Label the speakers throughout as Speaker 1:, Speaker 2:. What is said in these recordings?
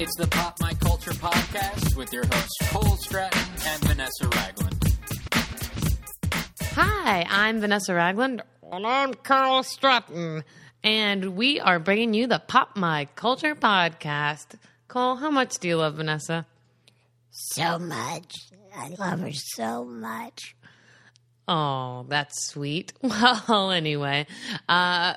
Speaker 1: It's the Pop My Culture podcast with your hosts Cole Stratton and Vanessa Ragland.
Speaker 2: Hi, I'm Vanessa Ragland. And I'm Carl Stratton. And we are bringing you the Pop My Culture podcast. Cole, how much do you love Vanessa?
Speaker 3: so much. I love her so much.
Speaker 2: Oh, that's sweet. Well, anyway, uh,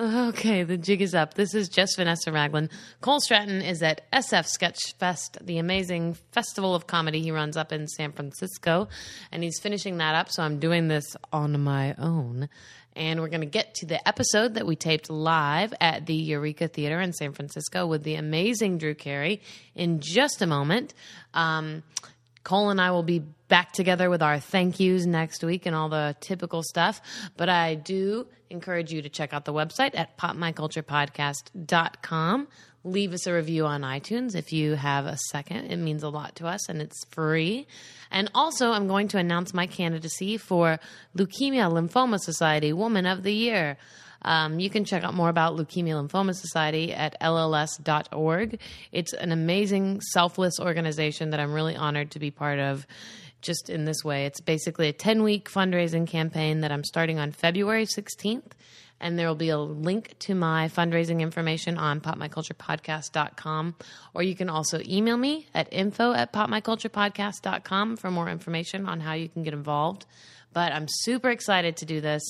Speaker 2: okay, the jig is up. This is just Vanessa Ragland. Cole Stratton is at SF Sketch Fest, the amazing festival of comedy he runs up in San Francisco, and he's finishing that up. So I'm doing this on my own, and we're going to get to the episode that we taped live at the Eureka Theater in San Francisco with the amazing Drew Carey in just a moment. Um, Cole and I will be back together with our thank yous next week and all the typical stuff. But I do encourage you to check out the website at popmyculturepodcast.com. Leave us a review on iTunes if you have a second. It means a lot to us and it's free. And also, I'm going to announce my candidacy for Leukemia Lymphoma Society Woman of the Year. Um, you can check out more about Leukemia Lymphoma Society at lls.org. It's an amazing, selfless organization that I'm really honored to be part of just in this way. It's basically a 10 week fundraising campaign that I'm starting on February 16th. And there will be a link to my fundraising information on popmyculturepodcast.com. Or you can also email me at info at popmyculturepodcast.com for more information on how you can get involved but I'm super excited to do this.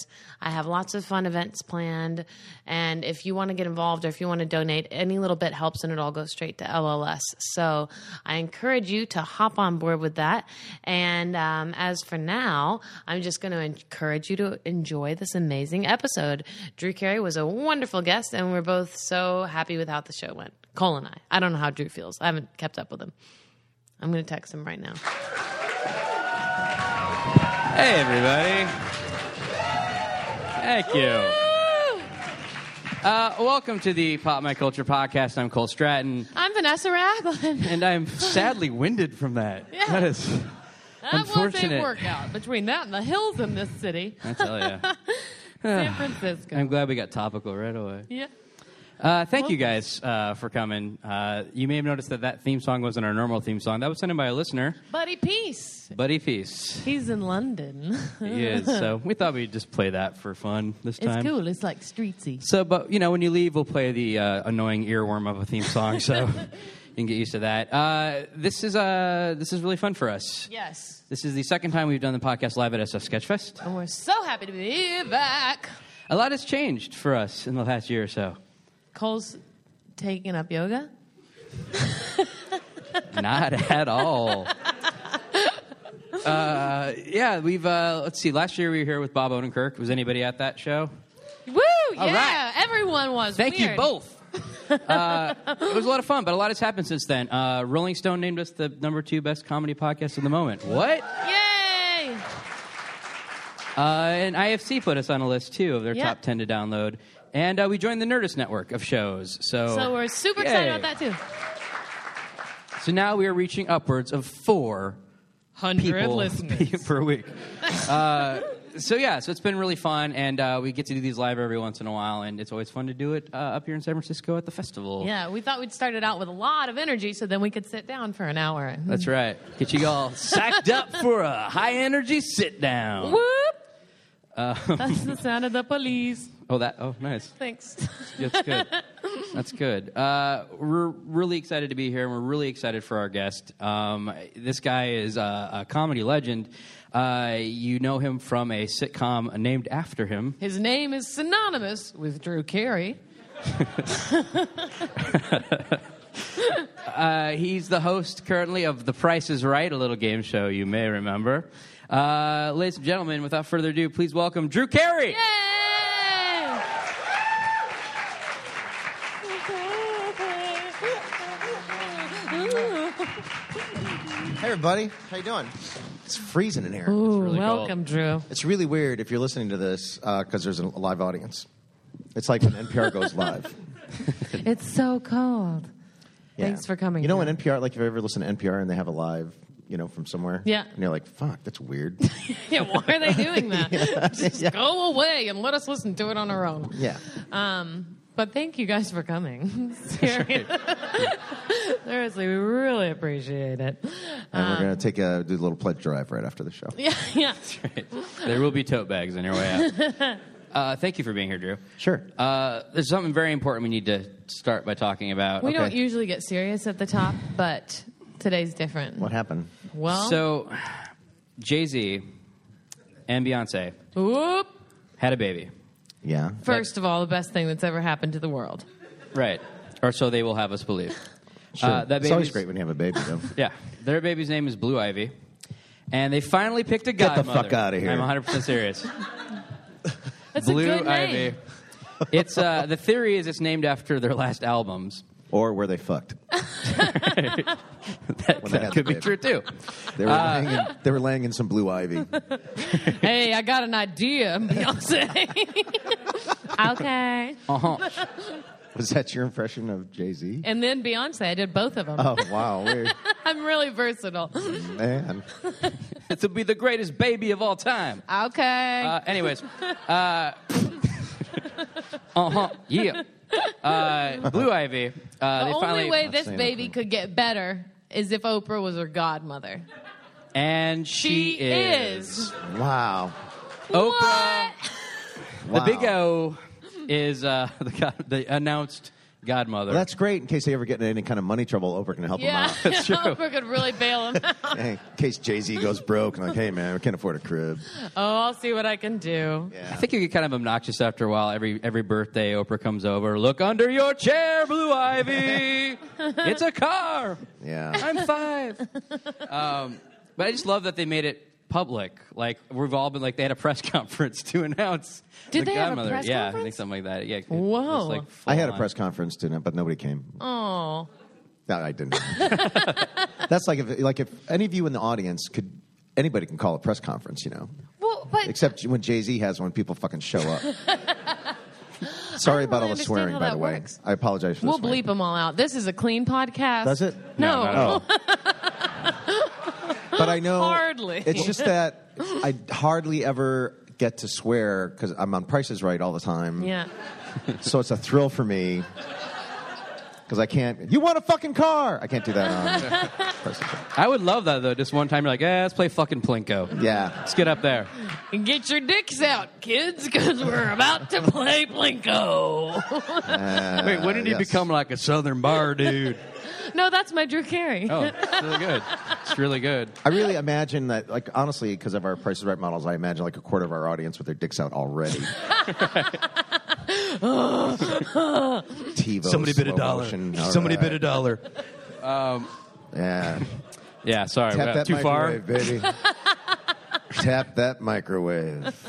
Speaker 2: I have lots of fun events planned. And if you want to get involved or if you want to donate, any little bit helps and it all goes straight to LLS. So I encourage you to hop on board with that. And um, as for now, I'm just going to encourage you to enjoy this amazing episode. Drew Carey was a wonderful guest, and we're both so happy with how the show went. Cole and I. I don't know how Drew feels, I haven't kept up with him. I'm going to text him right now.
Speaker 4: Hey, everybody. Thank you. Uh, welcome to the Pop My Culture podcast. I'm Cole Stratton,
Speaker 2: I'm Vanessa Ragland.
Speaker 4: and I'm sadly winded from that.
Speaker 2: Yeah.
Speaker 4: That is,
Speaker 2: That was a
Speaker 4: Unfortunate.
Speaker 2: workout between that and the hills in this city,
Speaker 4: I tell you.
Speaker 2: San Francisco.
Speaker 4: I'm glad we got topical right away.
Speaker 2: yeah.
Speaker 4: Uh, thank you guys uh, for coming. Uh, you may have noticed that that theme song wasn't our normal theme song. That was sent in by a listener,
Speaker 2: Buddy Peace.
Speaker 4: Buddy Feast.
Speaker 2: He's in London.
Speaker 4: He is. So we thought we'd just play that for fun this
Speaker 2: it's
Speaker 4: time.
Speaker 2: cool. It's like streetsy.
Speaker 4: So, but you know, when you leave, we'll play the uh, annoying earworm of a theme song, so you can get used to that. Uh, this is uh, this is really fun for us.
Speaker 2: Yes.
Speaker 4: This is the second time we've done the podcast live at SF Sketchfest.
Speaker 2: And we're so happy to be back.
Speaker 4: A lot has changed for us in the last year or so.
Speaker 2: Cole's taking up yoga.
Speaker 4: Not at all. Uh, yeah, we've uh, let's see. Last year we were here with Bob Odenkirk. Was anybody at that show?
Speaker 2: Woo! yeah,
Speaker 4: right.
Speaker 2: everyone was.
Speaker 4: Thank you
Speaker 2: Weird.
Speaker 4: both. uh, it was a lot of fun, but a lot has happened since then. Uh, Rolling Stone named us the number two best comedy podcast of the moment. What?
Speaker 2: Yay!
Speaker 4: Uh, and IFC put us on a list too of their
Speaker 2: Yeah.
Speaker 4: top 10 to download. And uh, we joined the Nerdist network of shows. So,
Speaker 2: So we're super excited
Speaker 4: Yay.
Speaker 2: about that too.
Speaker 4: So now we are reaching upwards of four
Speaker 2: Hundred
Speaker 4: people
Speaker 2: listeners.
Speaker 4: per week. Uh, so yeah, so it's been really fun, and uh, we get to do these live every once in a while, and it's always fun to do it uh, up here in San Francisco at the festival.
Speaker 2: Yeah, we thought we'd start it out with a lot of energy, so then we could sit down for an hour. And
Speaker 4: That's right. Get you all sacked up for a high energy sit down.
Speaker 2: Whoop! That's the sound of the police.
Speaker 4: Uh, Oh, that. Oh, nice.
Speaker 2: Thanks.
Speaker 4: That's good. That's good. Uh, we're really excited to be here, and we're really excited for our guest. Um, this guy is a, a comedy legend. Uh, you know him from a sitcom named after him.
Speaker 2: His name is synonymous with Drew Carey.
Speaker 4: Uh, he's the host currently of The Price is Right, a little game show you may remember. Uh, ladies and gentlemen, without further ado, please welcome Drew Carey.
Speaker 2: Yay!
Speaker 5: Hey everybody, how you doing? It's freezing in here.
Speaker 2: Ooh,
Speaker 4: really
Speaker 2: welcome, Drew.
Speaker 5: It's really weird if you're listening to this because there's a live audience. It's like when NPR goes live.
Speaker 2: It's so cold.
Speaker 5: Yeah.
Speaker 2: Thanks for coming,
Speaker 5: You know
Speaker 2: Joe.
Speaker 5: when NPR, like if you ever listen to NPR and they have a live, you know, from somewhere.
Speaker 2: Yeah.
Speaker 5: And you're like, fuck, that's weird.
Speaker 2: Yeah, why are they doing that? Just go away and let us listen to it on our own.
Speaker 5: yeah.
Speaker 2: Um, But thank you guys for coming. Seriously. Seriously, we really appreciate it.
Speaker 5: And we're gonna take a do a little pledge drive right after the show.
Speaker 2: Yeah, yeah.
Speaker 4: there will be tote bags on your way out. Uh, thank you for being here, Drew.
Speaker 5: Sure.
Speaker 4: Uh, there's something very important we need to start by talking about.
Speaker 2: We don't
Speaker 5: Okay.
Speaker 2: usually get serious at the top, but today's different.
Speaker 5: What happened?
Speaker 2: Well,
Speaker 4: So, Jay Z and Beyonce
Speaker 2: whoop.
Speaker 4: had a baby,
Speaker 5: Yeah.
Speaker 2: First of all, the best thing that's ever happened to the world.
Speaker 4: right? Or so they will have us believe.
Speaker 5: Sure.
Speaker 4: Uh, that
Speaker 5: it's always
Speaker 4: baby's-
Speaker 5: great when you have a baby, though.
Speaker 4: Yeah, their baby's name is Blue Ivy, and they finally picked a
Speaker 5: Get the
Speaker 4: godmother.
Speaker 5: fuck outta here.
Speaker 4: I'm 100 percent serious.
Speaker 2: That's
Speaker 4: Blue
Speaker 2: a good name.
Speaker 4: Ivy. It's uh, the theory is it's named after their last albums.
Speaker 5: or were they fucked?
Speaker 4: That,
Speaker 5: When I
Speaker 4: that
Speaker 5: had
Speaker 4: could
Speaker 5: the
Speaker 4: be true
Speaker 5: baby.
Speaker 4: too.
Speaker 5: They were,
Speaker 4: Uh,
Speaker 5: laying in, they were laying in some blue ivy.
Speaker 2: Hey, I got an idea, Beyonce. okay.
Speaker 4: Uh-huh.
Speaker 5: Was that your impression of Jay Z?
Speaker 2: And then Beyonce. I did both of
Speaker 4: Uh.
Speaker 2: them.
Speaker 5: Oh wow, weird.
Speaker 2: I'm really versatile.
Speaker 5: man.
Speaker 4: This will be the greatest baby of all time.
Speaker 2: Okay.
Speaker 4: Uh, anyways, uh huh, yeah. Uh, Blue Ivy. Uh,
Speaker 2: the
Speaker 4: they
Speaker 2: only
Speaker 4: finally,
Speaker 2: way
Speaker 5: Not
Speaker 2: this
Speaker 5: saying
Speaker 2: baby
Speaker 5: nothing.
Speaker 2: could get better is if Oprah was her godmother.
Speaker 4: and she,
Speaker 2: She is.
Speaker 5: Wow.
Speaker 4: Oprah.
Speaker 5: wow.
Speaker 4: The Big O is uh, the, god, the announced godmother.
Speaker 5: Well, that's great in case they ever get in any kind of money trouble. Oprah can help
Speaker 2: Yeah,
Speaker 5: them
Speaker 4: That's true.
Speaker 2: Oprah could really bail him.
Speaker 5: out. Hey, in case Jay Z goes broke and like, hey man, we can't afford a crib.
Speaker 2: oh, I'll see what I can do.
Speaker 5: Yeah.
Speaker 4: I think you get kind of obnoxious after a while. Every every birthday, Oprah comes over. Look under your chair, Blue Ivy. it's a car.
Speaker 5: yeah.
Speaker 4: I'm five. um, but I just love that they made it public. Like we've all been like they had a press conference to announce.
Speaker 2: Did
Speaker 4: the
Speaker 2: they have a
Speaker 4: godmother.
Speaker 2: press
Speaker 4: yeah, I think
Speaker 2: conference?
Speaker 4: something like that. Yeah. it-
Speaker 2: Whoa.
Speaker 4: it was, like,
Speaker 5: I had a
Speaker 4: full
Speaker 5: press conference tonight, but nobody came.
Speaker 2: Oh,
Speaker 5: No, I didn't. That's like if like if any of you in the audience could anybody can call a press conference, you know.
Speaker 2: well, but
Speaker 5: Except when Jay Z has one, people fucking show up. Sorry about
Speaker 2: really
Speaker 5: all the
Speaker 2: understand
Speaker 5: swearing,
Speaker 2: how
Speaker 5: by
Speaker 2: that
Speaker 5: the way.
Speaker 2: works.
Speaker 5: I apologize for
Speaker 2: we'll
Speaker 5: the swearing.
Speaker 2: bleep them all out. This is a clean podcast.
Speaker 5: Does it?
Speaker 2: No.
Speaker 4: not at all.
Speaker 5: Oh. but I know
Speaker 2: Hardly.
Speaker 5: It's just that I hardly ever get to swear because I'm on Prices Right all the time.
Speaker 2: Yeah.
Speaker 5: So it's a thrill for me because I can't. You want a fucking car? I can't do that on Price is Right.
Speaker 4: con- I would love that though. Just one time, you're like, eh, let's play fucking Plinko.
Speaker 5: Yeah.
Speaker 4: Let's get up there.
Speaker 2: And Get your dicks out, kids, because we're about to play Blinko.
Speaker 5: Uh,
Speaker 4: Wait, when did he
Speaker 5: yes.
Speaker 4: become like a Southern bar dude?
Speaker 2: no, that's my Drew Carey.
Speaker 4: oh, it's really good. It's really good.
Speaker 5: I really imagine that, like, honestly, because of our Price is Right models, I imagine like a quarter of our audience with their dicks out already. TiVo. slow motion, all right.
Speaker 4: dollar.
Speaker 5: Yeah.
Speaker 4: Yeah, sorry,
Speaker 5: Tap
Speaker 4: we're
Speaker 5: that
Speaker 4: too far.
Speaker 5: microwave, baby. Tap that microwave.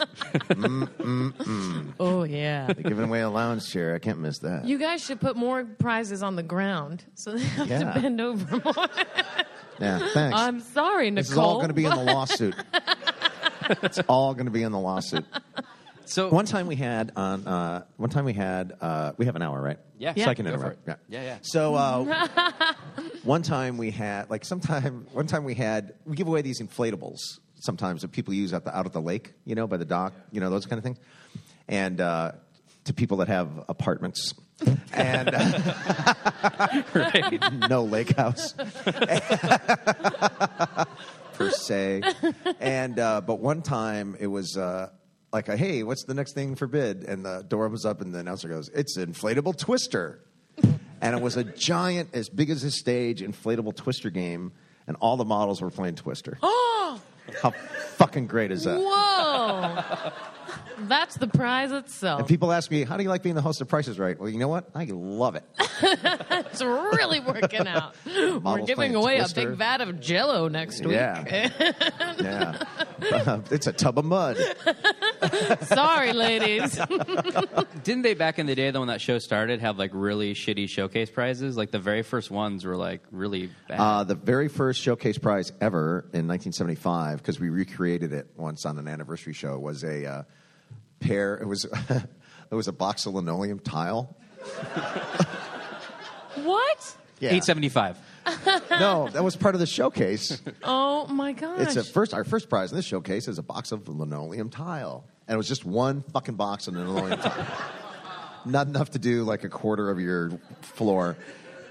Speaker 2: Oh, yeah.
Speaker 5: They're giving away a lounge chair. I can't miss that.
Speaker 2: You guys should put more prizes on the ground so they have
Speaker 5: Yeah.
Speaker 2: to bend over more.
Speaker 5: yeah, thanks.
Speaker 2: I'm sorry, Nicole.
Speaker 5: this is all going to be in the lawsuit. it's all going to be in the lawsuit.
Speaker 4: So
Speaker 5: One time we had on. Uh, one time we had. Uh, we have an hour, right?
Speaker 4: Yeah.
Speaker 5: So
Speaker 4: Yeah.
Speaker 5: I can
Speaker 4: Go for
Speaker 5: interrupt.
Speaker 4: it. Yeah, yeah.
Speaker 5: So uh, one time we had, like, sometime one time we had. We give away these inflatables sometimes that people use out the out at the lake, you know, by the dock, you know, those kind of things, and uh, to people that have apartments and uh, no lake house per se. And uh, but one time it was uh, like, a, "Hey, what's the next thing for bid?" And the door opens up, and the announcer goes, "It's an inflatable twister," and it was a giant, as big as this stage, inflatable twister game, and all the models were playing twister. How fucking great is that?
Speaker 2: Whoa! That's the prize itself.
Speaker 5: And people ask me, "How do you like being the host of Prices Right?" Well, you know what? I love it.
Speaker 2: it's really working out. We're
Speaker 5: Models
Speaker 2: giving
Speaker 5: playing
Speaker 2: away a
Speaker 5: Twister.
Speaker 2: big vat of Jello next week.
Speaker 5: Yeah. yeah. it's a tub of mud.
Speaker 2: Sorry, ladies.
Speaker 4: Didn't they back in the day, though, when that show started, have like really shitty showcase prizes? Like the very first ones were like really bad.
Speaker 5: Uh, the very first showcase prize ever in 1975, because we recreated it once on an anniversary show, was a uh, pair. It was it was a box of linoleum tile.
Speaker 2: what?
Speaker 5: Yeah.
Speaker 4: 875.
Speaker 5: no, that was part of the showcase.
Speaker 2: Oh my gosh!
Speaker 5: It's a first. Our first prize in this showcase is a box of linoleum tile, and it was just one fucking box of linoleum tile. not enough to do like a quarter of your floor.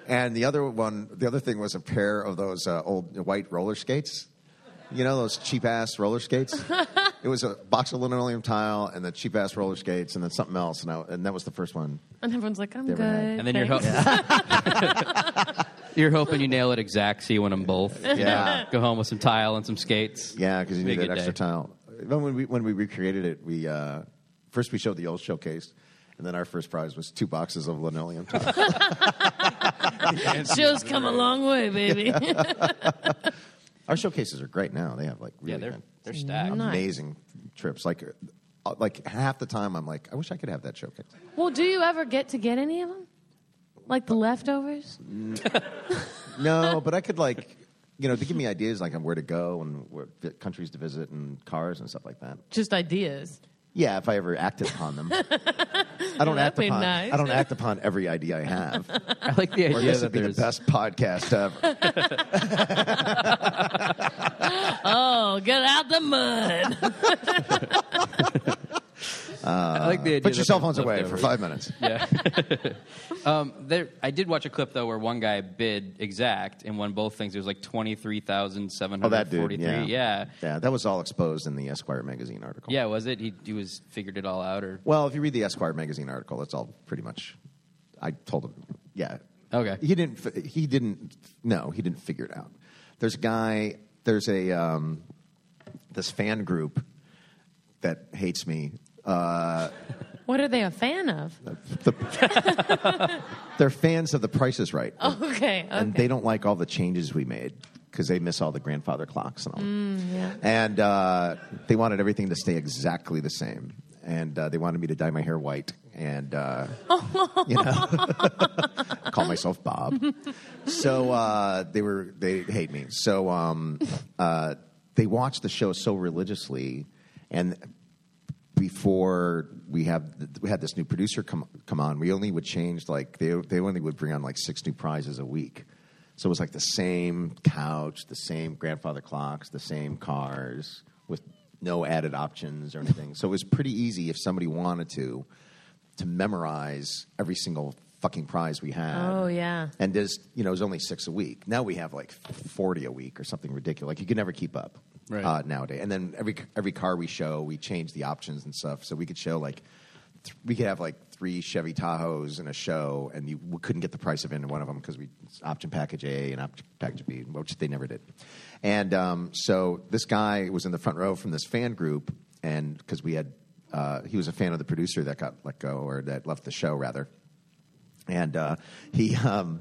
Speaker 5: And the other one, the other thing was a pair of those uh, old white roller skates. You know those cheap ass roller skates. it was a box of linoleum tile and the cheap ass roller skates, and then something else, and, I, and that was the first one.
Speaker 2: And everyone's like, I'm
Speaker 5: They
Speaker 2: good.
Speaker 5: were nice.
Speaker 4: And then you're,
Speaker 2: thanks.
Speaker 4: ho- you're hoping you nail it exact, so you win them both. you know?
Speaker 5: Yeah.
Speaker 4: Go home with some tile and some skates.
Speaker 5: Yeah, because you
Speaker 4: Be a
Speaker 5: need that
Speaker 4: good
Speaker 5: extra
Speaker 4: day.
Speaker 5: tile. Even when we when we recreated it, we uh, first we showed the old showcase, and then our first prize was two boxes of linoleum tile.
Speaker 2: Show's come a long way, baby.
Speaker 5: our showcases are great now. They have like really
Speaker 4: Yeah, they're,
Speaker 5: good-
Speaker 4: they're stacked.
Speaker 2: Nice.
Speaker 5: amazing trips. Like uh, like half the time, I'm like, I wish I could have that showcase.
Speaker 2: well, do you ever get to get any of them? Like the leftovers?
Speaker 5: No, but I could like. You know, to give me ideas like on where to go and where, countries to visit and cars and stuff like that.
Speaker 2: Just ideas.
Speaker 5: Yeah, if I ever acted upon them, I don't
Speaker 2: that'd
Speaker 5: act
Speaker 2: be
Speaker 5: upon.
Speaker 2: nice.
Speaker 5: I don't act upon every idea I have.
Speaker 4: I like the
Speaker 5: Or
Speaker 4: idea
Speaker 5: this
Speaker 4: that
Speaker 5: would be the
Speaker 4: there's
Speaker 5: best podcast ever.
Speaker 2: Oh, get out the mud.
Speaker 4: I like the idea
Speaker 5: uh, Put your
Speaker 4: that
Speaker 5: cell
Speaker 4: there's
Speaker 5: phones away for
Speaker 4: leftovers.
Speaker 5: five minutes.
Speaker 4: There, I did watch a clip though where one guy bid exact and won both things. It was like twenty three thousand seven
Speaker 5: Oh,
Speaker 4: hundred
Speaker 5: that dude.
Speaker 4: forty three.
Speaker 5: Yeah.
Speaker 4: yeah,
Speaker 5: Yeah, that was all exposed in the Esquire magazine article.
Speaker 4: Yeah, was it? He, he was figured it all out, or
Speaker 5: Well, if you read the Esquire magazine article, it's all pretty much. I told him, yeah.
Speaker 4: Okay.
Speaker 5: He didn't. fi- He didn't. No, he didn't figure it out. There's a guy. There's a um, this fan group that hates me.
Speaker 2: what are they a fan of?
Speaker 5: The- they're fans of The Price is Right.
Speaker 2: Oh, Okay. okay.
Speaker 5: and they don't like all the changes we made because they miss all the grandfather clocks and all. And uh, they wanted everything to stay exactly the same, and uh, they wanted me to dye my hair white and uh, you know call myself Bob. So uh, they were they hate me. So um, uh, they watch the show so religiously, and before we have we had this new producer come come on, we only would change like they they only would bring on like six new prizes a week. So it was like the same couch, the same grandfather clocks, the same cars with no added options or anything. So it was pretty easy if somebody wanted to to memorize every single fucking prize we had.
Speaker 2: Oh, yeah.
Speaker 5: And there's you know, it was only six a week. Now we have like forty a week or something ridiculous. Like you can never keep up
Speaker 4: Right.
Speaker 5: uh, nowadays. And then every every car we show, we change the options and stuff. So we could show like th- we could have like three Chevy Tahoes in a show, and you we couldn't get the price of any one of them because we it's option package A and option package B, which they never did. And um, so this guy was in the front row from this fan group, and because we had. Uh, he was a fan of the producer that got let go or that left the show rather and uh, he um,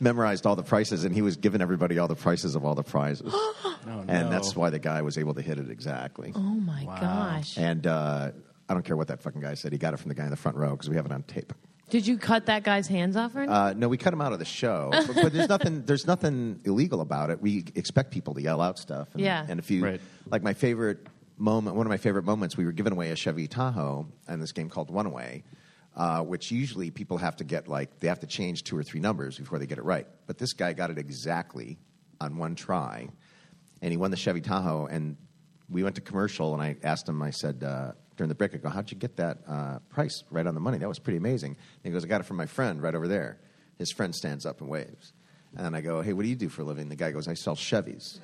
Speaker 5: memorized all the prices and he was giving everybody all the prices of all the prizes and that's why the guy was able to hit it exactly
Speaker 2: oh, my gosh.
Speaker 5: and uh, i don't care what that fucking guy said he got it from the guy in the front row because we have it on tape
Speaker 2: Did you cut that guy's hands off or anything?
Speaker 5: uh, no we cut him out of the show but, but there's nothing there's nothing illegal about it we expect people to yell out stuff and,
Speaker 2: Yeah.
Speaker 5: and if you
Speaker 4: Right.
Speaker 5: like my favorite moment one of my favorite moments we were giving away a chevy tahoe and this game called one way uh, which usually people have to get like they have to change two or three numbers before they get it right but this guy got it exactly on one try and he won the chevy tahoe and we went to commercial and i asked him i said uh, during the break i go how'd you get that uh, price right on the money that was pretty amazing and he goes i got it from my friend right over there his friend stands up and waves and then i go hey what do you do for a living the guy goes i sell chevys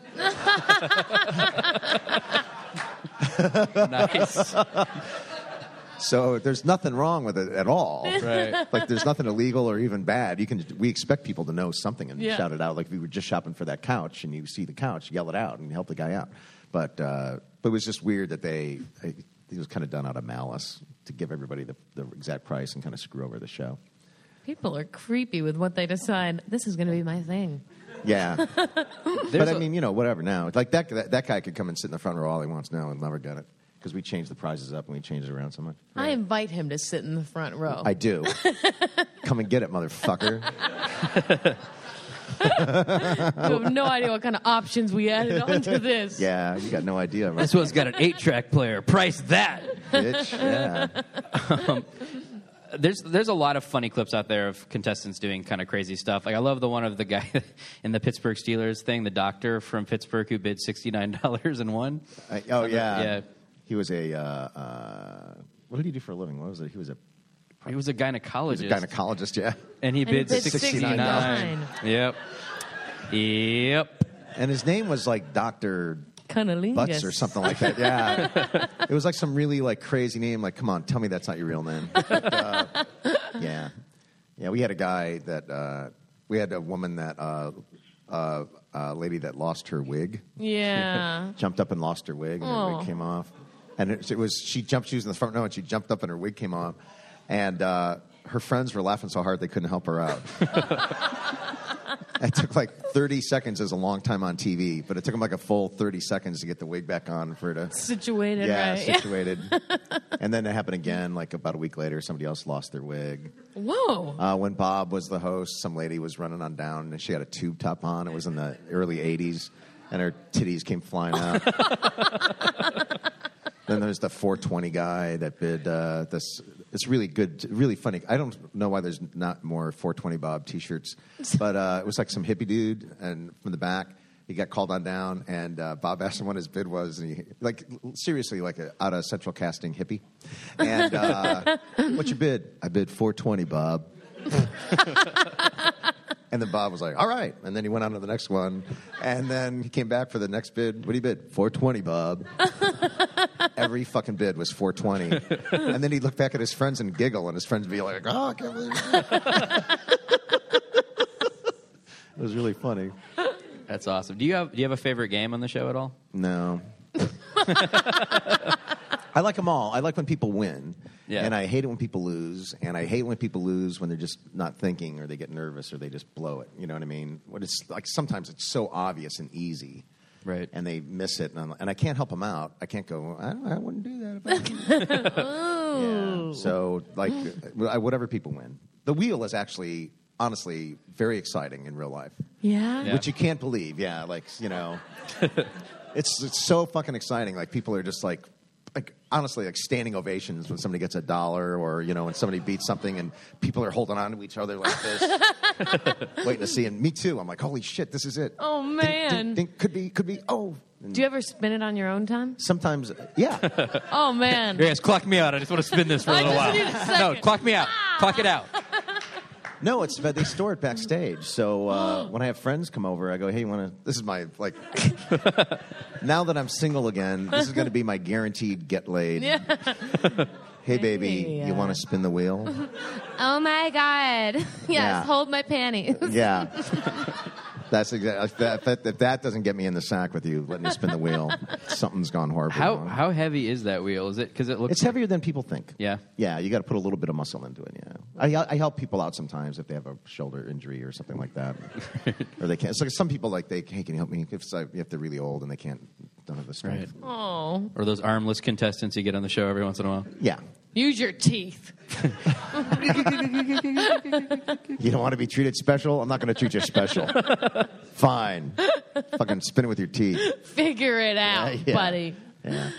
Speaker 4: nice?
Speaker 5: So there's nothing wrong with it at all.
Speaker 4: Right.
Speaker 5: Like there's nothing illegal or even bad. You can we expect people to know something and
Speaker 2: Yeah.
Speaker 5: shout it out. Like if you were just shopping for that couch and you see the couch, yell it out and help the guy out. But uh, but it was just weird that they it was kind of done out of malice to give everybody the, the exact price and kind of screw over the show.
Speaker 2: People are creepy with what they decide. This is going to be my thing.
Speaker 5: Yeah,
Speaker 4: There's
Speaker 5: but I
Speaker 4: a-
Speaker 5: mean you know whatever. Now like that, that that guy could come and sit in the front row all he wants now and never get it because we changed the prizes up and we changed it around so much.
Speaker 2: I invite him to sit in the front row.
Speaker 5: I do. Come and get it, motherfucker.
Speaker 2: you have no idea what kind of options we added onto this.
Speaker 5: Yeah, you got no idea. Right?
Speaker 4: this one's got an eight track player. Price that.
Speaker 5: bitch. Yeah.
Speaker 4: There's there's a lot of funny clips out there of contestants doing kind of crazy stuff. Like I love the one of the guy in the Pittsburgh Steelers thing, the doctor from Pittsburgh who bid sixty nine dollars and won.
Speaker 5: I- oh yeah.
Speaker 4: Yeah.
Speaker 5: He was a. Uh, uh, what did he do for a living? What was it? He was a
Speaker 4: He was a gynecologist.
Speaker 5: He's a gynecologist, yeah.
Speaker 4: and he
Speaker 2: And he
Speaker 4: bid,
Speaker 2: bid
Speaker 4: 69.
Speaker 2: 69.
Speaker 4: Yep. Yep.
Speaker 5: And his name was like Doctor
Speaker 2: Cunnilingus.
Speaker 5: Butts or something like that. Yeah, it was like some really like crazy name. Like, come on, tell me that's not your real name. But, uh, yeah, yeah. We had a guy that uh, we had a woman that uh, uh, uh, lady that lost her wig,
Speaker 2: Yeah.
Speaker 5: jumped up and lost her wig, and her
Speaker 2: Oh.
Speaker 5: wig came off. And it, it was she jumped. She was in the front row, and she jumped up, and her wig came off. And uh, her friends were laughing so hard they couldn't help her out. It took like 30 seconds is a long time on TV, but it took them like a full 30 seconds to get the wig back on for her to
Speaker 2: Situated
Speaker 5: yeah,
Speaker 2: right.
Speaker 5: situated. and then it happened again, like about a week later, somebody else lost their wig.
Speaker 2: Whoa.
Speaker 5: Uh, when Bob was the host, some lady was running on down and she had a tube top on. It was in the early 80s, and her titties came flying out. then there's the 420 guy that bid uh, this. It's really good, really funny. I don't know why there's not more 420 Bob t shirts, but uh, it was like some hippie dude and from the back. He got called on down, and uh, Bob asked him what his bid was, and he like seriously, like a out of central casting hippie. And uh, what's your bid? I bid 420, Bob. And then Bob was like, "All right." And then he went on to the next one, and then he came back for the next bid. What do you bid? Four twenty, Bob. Every fucking bid was four twenty. And then he'd look back at his friends and giggle, and his friends would be like, "Oh, I can't believe." It. it was really funny.
Speaker 4: That's awesome. Do you have do you have a favorite game on the show at all?
Speaker 5: No. I like them all. I like when people win,
Speaker 4: Yeah.
Speaker 5: and I hate it when people lose, and I hate when people lose when they're just not thinking or they get nervous or they just blow it. You know what I mean? What it's like sometimes it's so obvious and easy,
Speaker 4: Right.
Speaker 5: And they miss it, and, I'm, and I can't help them out. I can't go. I, I wouldn't do that. If I didn't." Yeah. So like I- whatever people win, the wheel is actually honestly very exciting in real life
Speaker 2: Yeah.
Speaker 4: Yeah.
Speaker 5: which you can't believe. Yeah, like you know, it's it's so fucking exciting. Like people are just like. Like honestly, like standing ovations when somebody gets a dollar, or you know, when somebody beats something, and people are holding on to each other like this, waiting to see. And me too. I'm like, holy shit, this is it.
Speaker 2: Oh,
Speaker 5: Dink, dink,
Speaker 2: man.
Speaker 5: dink, could be, could be. Oh, and
Speaker 2: Do you ever spin it on your own time?
Speaker 5: sometimes, yeah.
Speaker 2: Oh man.
Speaker 4: Yes, clock me out. I just want to spin this for a
Speaker 2: I
Speaker 4: little
Speaker 2: just
Speaker 4: while.
Speaker 2: need a
Speaker 4: no,
Speaker 2: second. Ah.
Speaker 4: clock me out. Clock it out.
Speaker 5: No, it's but they store it backstage. So uh, when I have friends come over, I go, "Hey, you want to?" This is my like. now that I'm single again, this is going to be my guaranteed get laid.
Speaker 2: Yeah.
Speaker 5: Hey, baby,
Speaker 2: Hey,
Speaker 5: you
Speaker 2: uh,
Speaker 5: want to spin the wheel?
Speaker 2: Oh my god. Yes,
Speaker 5: Yeah.
Speaker 2: hold my panties.
Speaker 5: yeah. That's exactly. If that, that, if that doesn't get me in the sack with you, let me spin the wheel. Something's gone horribly
Speaker 4: How
Speaker 5: wrong.
Speaker 4: how heavy is that wheel? Is it because it looks
Speaker 5: it's heavier than people think.
Speaker 4: Yeah.
Speaker 5: Yeah, you got to put a little bit of muscle into it. Yeah, I, I help people out sometimes if they have a shoulder injury or something like that, or they can't. It's like some people like they hey, can you help me if, it's like, if they're really old and they can't don't have the strength.
Speaker 2: Oh.
Speaker 4: or those armless contestants you get on the show every once in a while?
Speaker 5: Yeah,
Speaker 2: Use your teeth.
Speaker 5: you don't want to be treated special. I'm not going to treat you special. Fine, fucking spin it with your teeth.
Speaker 2: Figure it out,
Speaker 5: Yeah, yeah.
Speaker 2: buddy.
Speaker 5: Yeah.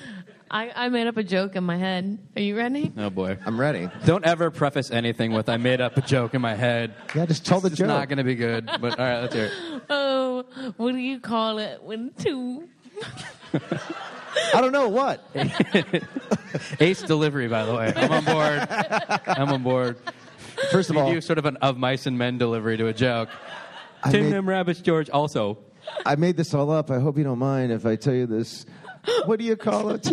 Speaker 2: I, I made up a joke in my head. Are you ready?
Speaker 4: Oh boy.
Speaker 5: I'm ready.
Speaker 4: Don't ever preface anything with "I made up a joke in my head."
Speaker 5: Yeah, just tell the
Speaker 4: It's
Speaker 5: joke.
Speaker 4: not going to be good. But all right, let's hear it.
Speaker 2: Oh, what do you call it when two?
Speaker 5: I don't know what.
Speaker 4: Ace delivery, by the way. I'm on board. I'm on board.
Speaker 5: First of
Speaker 4: You
Speaker 5: all,
Speaker 4: do sort of an of mice and men delivery to a joke.
Speaker 5: I
Speaker 4: Tim
Speaker 5: made-
Speaker 4: Tim Rabbits George also.
Speaker 5: I made this all up. I hope you don't mind if I tell you this. What do you call it?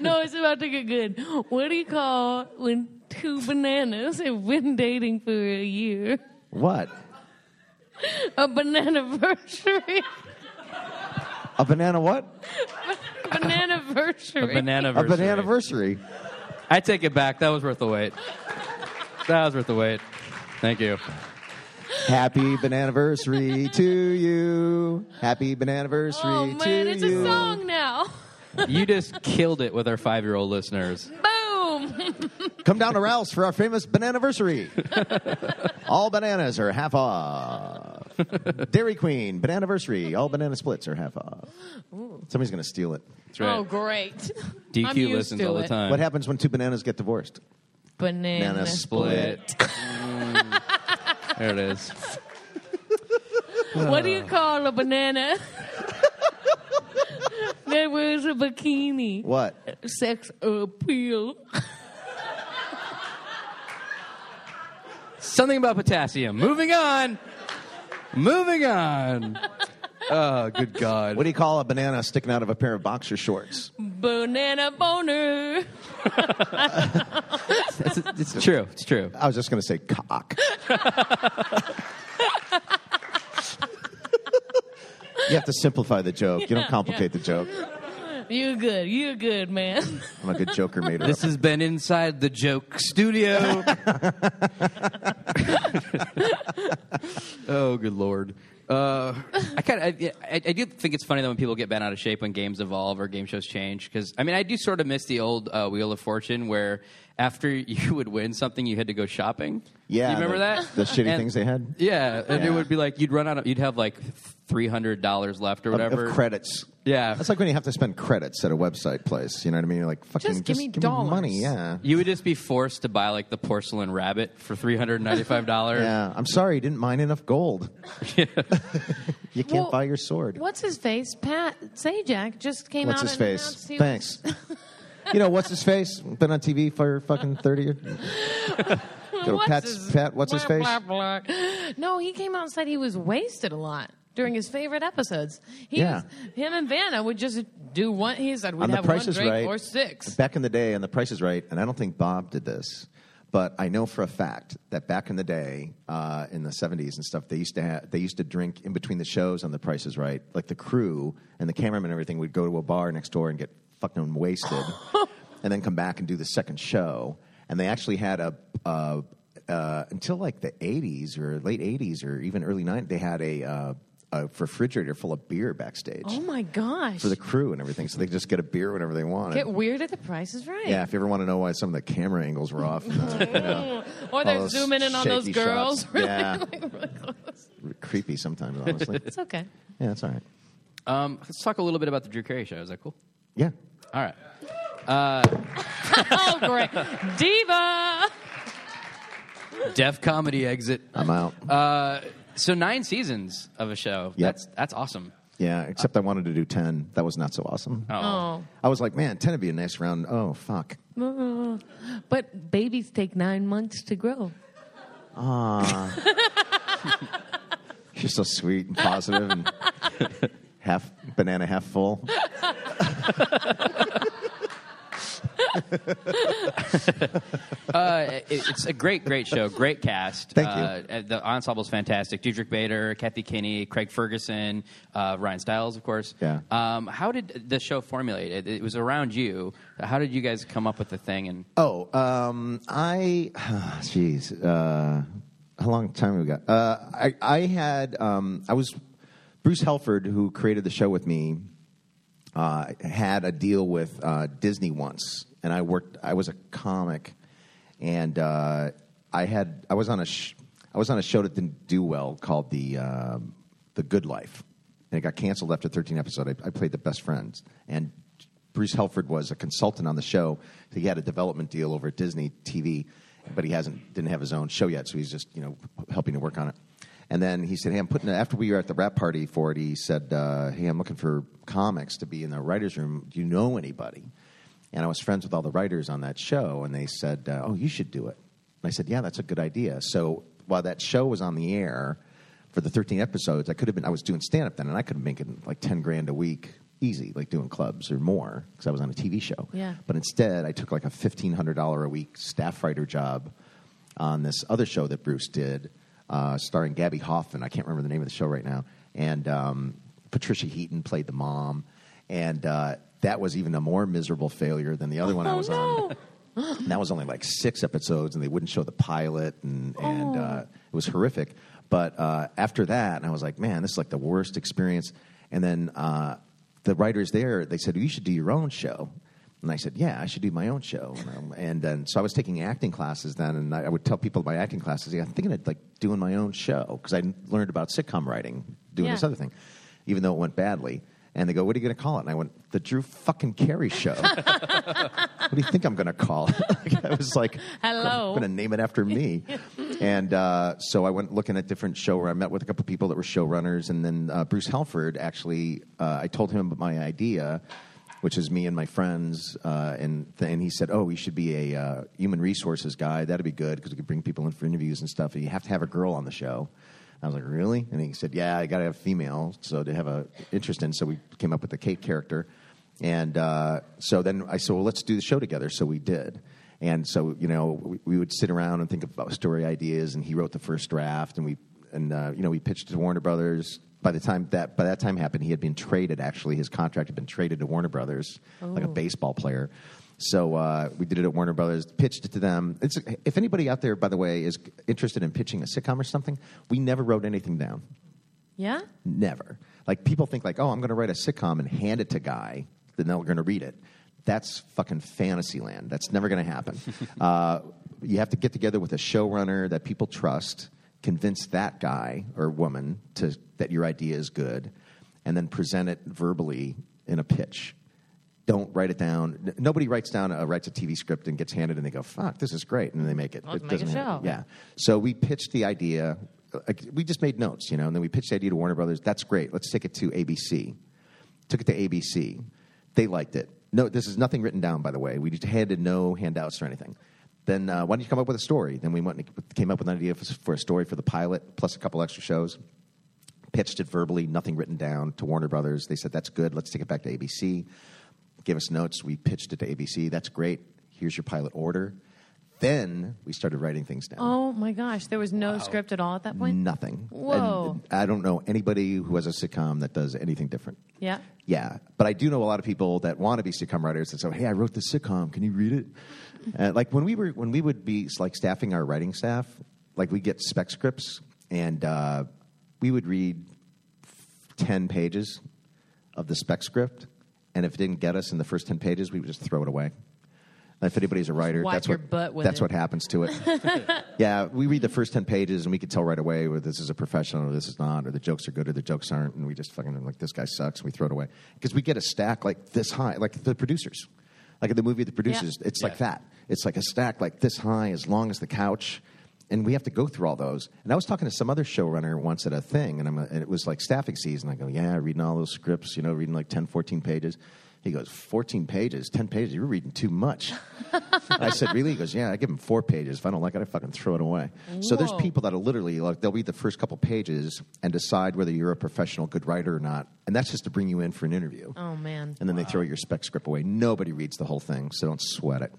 Speaker 2: No, it's about to get good. What do you call when two bananas have been dating for a year?
Speaker 5: what?
Speaker 2: A bananiversary.
Speaker 5: A banana what?
Speaker 4: A
Speaker 2: bananiversary.
Speaker 4: banana.
Speaker 5: A banana anniversary.
Speaker 4: I take it back. That was worth the wait. That was worth the wait. Thank you.
Speaker 5: Happy bananiversary to you. Happy bananiversary
Speaker 2: oh
Speaker 5: to
Speaker 2: man, it's
Speaker 5: you.
Speaker 2: a song now.
Speaker 4: You just killed it with our five-year-old listeners.
Speaker 2: Boom.
Speaker 5: Come down to Ralph's for our famous bananiversary. all bananas are half off. Dairy Queen bananiversary. All banana splits are half off. Somebody's going to steal it.
Speaker 4: That's right.
Speaker 2: Oh great. I'm
Speaker 4: DQ
Speaker 2: used
Speaker 4: listens
Speaker 2: to
Speaker 4: all the
Speaker 2: it.
Speaker 4: time.
Speaker 5: What happens when two bananas get divorced?
Speaker 2: Banana.
Speaker 5: Banana
Speaker 4: Split. Mm. there it is.
Speaker 2: What do you call a banana? that wears a bikini.
Speaker 5: What?
Speaker 2: Sex appeal.
Speaker 4: Something about potassium. Moving on. Moving on. Oh, good God.
Speaker 5: What do you call a banana sticking out of a pair of boxer shorts?
Speaker 2: Banana boner.
Speaker 4: It's, it's true. It's true.
Speaker 5: I was just going to say cock. you have to simplify the joke. You don't complicate the joke.
Speaker 2: You good. You good, man.
Speaker 5: I'm a good joker mater.
Speaker 4: This has been Inside the Joke Studio. oh, good lord. Uh, I kind of, I, I, I do think it's funny though when people get bent out of shape when games evolve or game shows change. Because I mean, I do sort of miss the old uh, Wheel of Fortune where after you would win something, you had to go shopping.
Speaker 5: yeah,
Speaker 4: you remember
Speaker 5: the-
Speaker 4: that
Speaker 5: The shitty
Speaker 4: And-
Speaker 5: things they had.
Speaker 4: Yeah, and it
Speaker 5: Yeah.
Speaker 4: would be like you'd run out of, you'd have like three hundred dollars left or
Speaker 5: Of-
Speaker 4: whatever.
Speaker 5: Of credits.
Speaker 4: Yeah.
Speaker 5: That's like when you have to spend credits at a website place. You know what I mean? You're like, fucking,
Speaker 2: Just give me dollars.
Speaker 5: money. Yeah.
Speaker 4: You would just be forced to buy like the porcelain rabbit for three hundred ninety-five dollars.
Speaker 5: Yeah. I'm sorry, you didn't mine enough gold. you can't
Speaker 2: Well,
Speaker 5: buy your sword.
Speaker 2: What's his face? Pat Sajak just came
Speaker 5: What's
Speaker 2: out
Speaker 5: his
Speaker 2: and announced
Speaker 5: face?
Speaker 2: he was-
Speaker 5: Thanks. you know, what's his face? Been on TV for fucking 30 years. Go,
Speaker 2: What's
Speaker 5: Pat's,
Speaker 2: his-
Speaker 5: Pat, what's his
Speaker 2: blah,
Speaker 5: face?
Speaker 2: blah, blah. No, he came out and said he was wasted a lot during his favorite episodes. He
Speaker 5: Yeah.
Speaker 2: was- him and Vanna would just do one. He said we'd
Speaker 5: On The
Speaker 2: have
Speaker 5: Price
Speaker 2: one
Speaker 5: is
Speaker 2: drink
Speaker 5: Right.
Speaker 2: or six.
Speaker 5: Back in the day, and The Price is Right, and I don't think Bob did this, but I know for a fact that back in the day, uh, in the '70s and stuff, they used to have, they used to drink in between the shows on The Price is Right. Like the crew and the cameraman and everything would go to a bar next door and get fucking wasted, and then come back and do the second show. And they actually had a. Uh, uh, until like the 80s or late 80s or even early 90s, they had a, uh, a refrigerator full of beer backstage
Speaker 2: Oh my gosh!
Speaker 5: for the crew and everything. So they could just get a beer whenever they wanted.
Speaker 2: Get weird at the Price is Right.
Speaker 5: Yeah, if you ever want to know why some of the camera angles were off, uh, you know,
Speaker 2: Or
Speaker 5: all
Speaker 2: they're
Speaker 5: those
Speaker 2: zooming in on those
Speaker 5: shaky
Speaker 2: girls.
Speaker 5: shots.
Speaker 2: Really,
Speaker 5: Yeah.
Speaker 2: like, really close.
Speaker 5: creepy sometimes, honestly.
Speaker 2: It's okay.
Speaker 5: yeah, it's all right.
Speaker 4: Um, let's talk a little bit about the Drew Carey show. Is that cool?
Speaker 5: Yeah.
Speaker 4: All right.
Speaker 2: Oh great, diva.
Speaker 4: Deaf comedy exit.
Speaker 5: I'm out.
Speaker 4: Uh, So nine seasons of a show.
Speaker 5: Yep.
Speaker 4: That's that's awesome.
Speaker 5: yeah, except I wanted to do 10. That was not so awesome.
Speaker 2: Oh,
Speaker 5: I was like, man, 10 would be a nice round. Oh, fuck.
Speaker 2: but babies take nine months to grow.
Speaker 5: You're so sweet and positive and half banana, half full.
Speaker 4: Uh, it- it's a great, great show. Great cast.
Speaker 5: Thank
Speaker 4: Uh, uh, the ensemble's fantastic. Dudrick Bader, Kathy Kinney, Craig Ferguson, uh, Ryan Stiles, of course.
Speaker 5: Yeah.
Speaker 4: Um, how did the show formulate? It, it was around you. How did you guys come up with the thing? And
Speaker 5: Oh, um, I, jeez, uh, how long time have we got? Uh, I, I had, um, I was Bruce Helford, who created the show with me, uh, had a deal with uh, Disney once, and I worked. I was a comic, and uh, I had, I was on a, sh- I was on a show that didn't do well called the, um the Good Life, and it got canceled after 13 episodes. I, I played the best friends, and Bruce Helford was a consultant on the show. He had a development deal over at Disney TV, but he hasn't didn't have his own show yet, so he's just you know helping to work on it. And then he said, "Hey, I'm putting." A, after we were at the rap party for it, he said, uh, "Hey, I'm looking for comics to be in the writers' room. Do you know anybody?" And I was friends with all the writers on that show, and they said, uh, "Oh, you should do it." And I said, "Yeah, that's a good idea." So while that show was on the air for the 13 episodes, I could have been. I was doing stand up then, and I could have been making like 10 grand a week, easy, like doing clubs or more, because I was on a TV show.
Speaker 2: Yeah.
Speaker 5: But instead, I took like a $1,500 a week staff writer job on this other show that Bruce did, uh, starring Gabby Hoffman. I can't remember the name of the show right now. And um, Patricia Heaton played the mom. And uh, that was even a more miserable failure than the other one I
Speaker 2: Oh,
Speaker 5: was
Speaker 2: no.
Speaker 5: on. And that was only like six episodes, and they wouldn't show the pilot, and, and uh, it was horrific. But uh, after that, and I was like, man, this is like the worst experience. And then uh, the writers there, they said, you should do your own show. And I said, yeah, I should do my own show. And, um, And then, so I was taking acting classes then, and I, I would tell people at my acting classes, yeah, I'm thinking of like doing my own show, because I learned about sitcom writing, doing this
Speaker 2: Yeah.
Speaker 5: other thing, even though it went badly. And they go, what are you going to call it? And I went, the Drew fucking Carey show. what do you think I'm going to call? it? I was like,
Speaker 2: Hello.
Speaker 5: I'm going to name it after me. and uh, so I went looking at different show where I met with a couple people that were showrunners, and then uh, Bruce Helford actually, uh, I told him about my idea, which is me and my friends. Uh, and th- and he said, "Oh, you should be a uh, human resources guy. That'd be good because we could bring people in for interviews and stuff. And you have to have a girl on the show." I was like, "Really?" And he said, "Yeah, I got to have female so to have a interest in." So we came up with the Kate character, and uh, so then I said, "Well, let's do the show together." So we did. And so, you know, we, we would sit around and think about story ideas, and he wrote the first draft, and we, and uh, you know, we pitched to Warner Brothers. By the time that by that time happened, he had been traded. Actually, his contract had been traded to Warner Brothers, like a baseball player. So uh, we did it at Warner Brothers, pitched it to them. It's, if anybody out there, by the way, is interested in pitching a sitcom or something, we never wrote anything down.
Speaker 2: Yeah?
Speaker 5: Never. Like people think like, oh, I'm going to write a sitcom and hand it to guy, then they're going to read it. That's fucking fantasy land. That's never going to happen. uh, you have to get together with a showrunner that people trust, convince that guy or woman to that your idea is good, and then present it verbally in a pitch don't write it down. N- Nobody writes down a, writes a TV script and gets handed, and they go, "Fuck, this is great," and they make it.
Speaker 2: Let's
Speaker 5: it
Speaker 2: make a
Speaker 5: doesn't happen.
Speaker 2: show.
Speaker 5: Yeah. So we pitched the idea. Like, we just made notes, you know, and then we pitched the idea to Warner Brothers. That's great. Let's take it to ABC. Took it to ABC. They liked it. No, this is nothing written down, by the way. We just handed no handouts or anything. Then uh, why don't you come up with a story? Then we went and came up with an idea for, for a story for the pilot, plus a couple extra shows pitched it verbally, nothing written down to Warner Brothers. They said, that's good, let's take it back to ABC. Give us notes. We pitched it to ABC. That's great. Here's your pilot order. Then we started writing things down.
Speaker 2: Oh my gosh, there was no script at all at that point?
Speaker 5: Nothing.
Speaker 2: Whoa.
Speaker 5: And I don't know anybody who has a sitcom that does anything different.
Speaker 2: Yeah.
Speaker 5: Yeah, but I do know a lot of people that want to be sitcom writers that say, "Hey, I wrote this sitcom. Can you read it?" Uh, like when we were when we would be like staffing our writing staff, like we get spec scripts and uh, we would read ten pages of the spec script, and if it didn't get us in the first ten pages, we would just throw it away. And if anybody's a writer,
Speaker 2: wipe
Speaker 5: that's
Speaker 2: your
Speaker 5: what
Speaker 2: butt with
Speaker 5: that's
Speaker 2: it.
Speaker 5: what happens to it. Yeah, we read the first 10 pages and we could tell right away whether this is a professional or this is not, or the jokes are good or the jokes aren't, and we just fucking, like, this guy sucks, and we throw it away. Because we get a stack like this high, like the producers. Like in the movie The Producers, it's like that. It's like a stack like this high, as long as the couch, and we have to go through all those. And I was talking to some other showrunner once at a thing, and, I'm, and it was like staffing season. I go, yeah, reading all those scripts, you know, reading like 10, 14 pages. He goes, 14 pages, 10 pages, you're reading too much. I said, really? He goes, yeah, I give him four pages. If I don't like it, I fucking throw it away. So there's
Speaker 2: Whoa.
Speaker 5: people that are literally, like, they'll read the first couple pages and decide whether you're a professional good writer or not. And that's just to bring you in for an interview.
Speaker 2: Oh man.
Speaker 5: And then they throw your spec script away. Nobody reads the whole thing, so don't sweat it.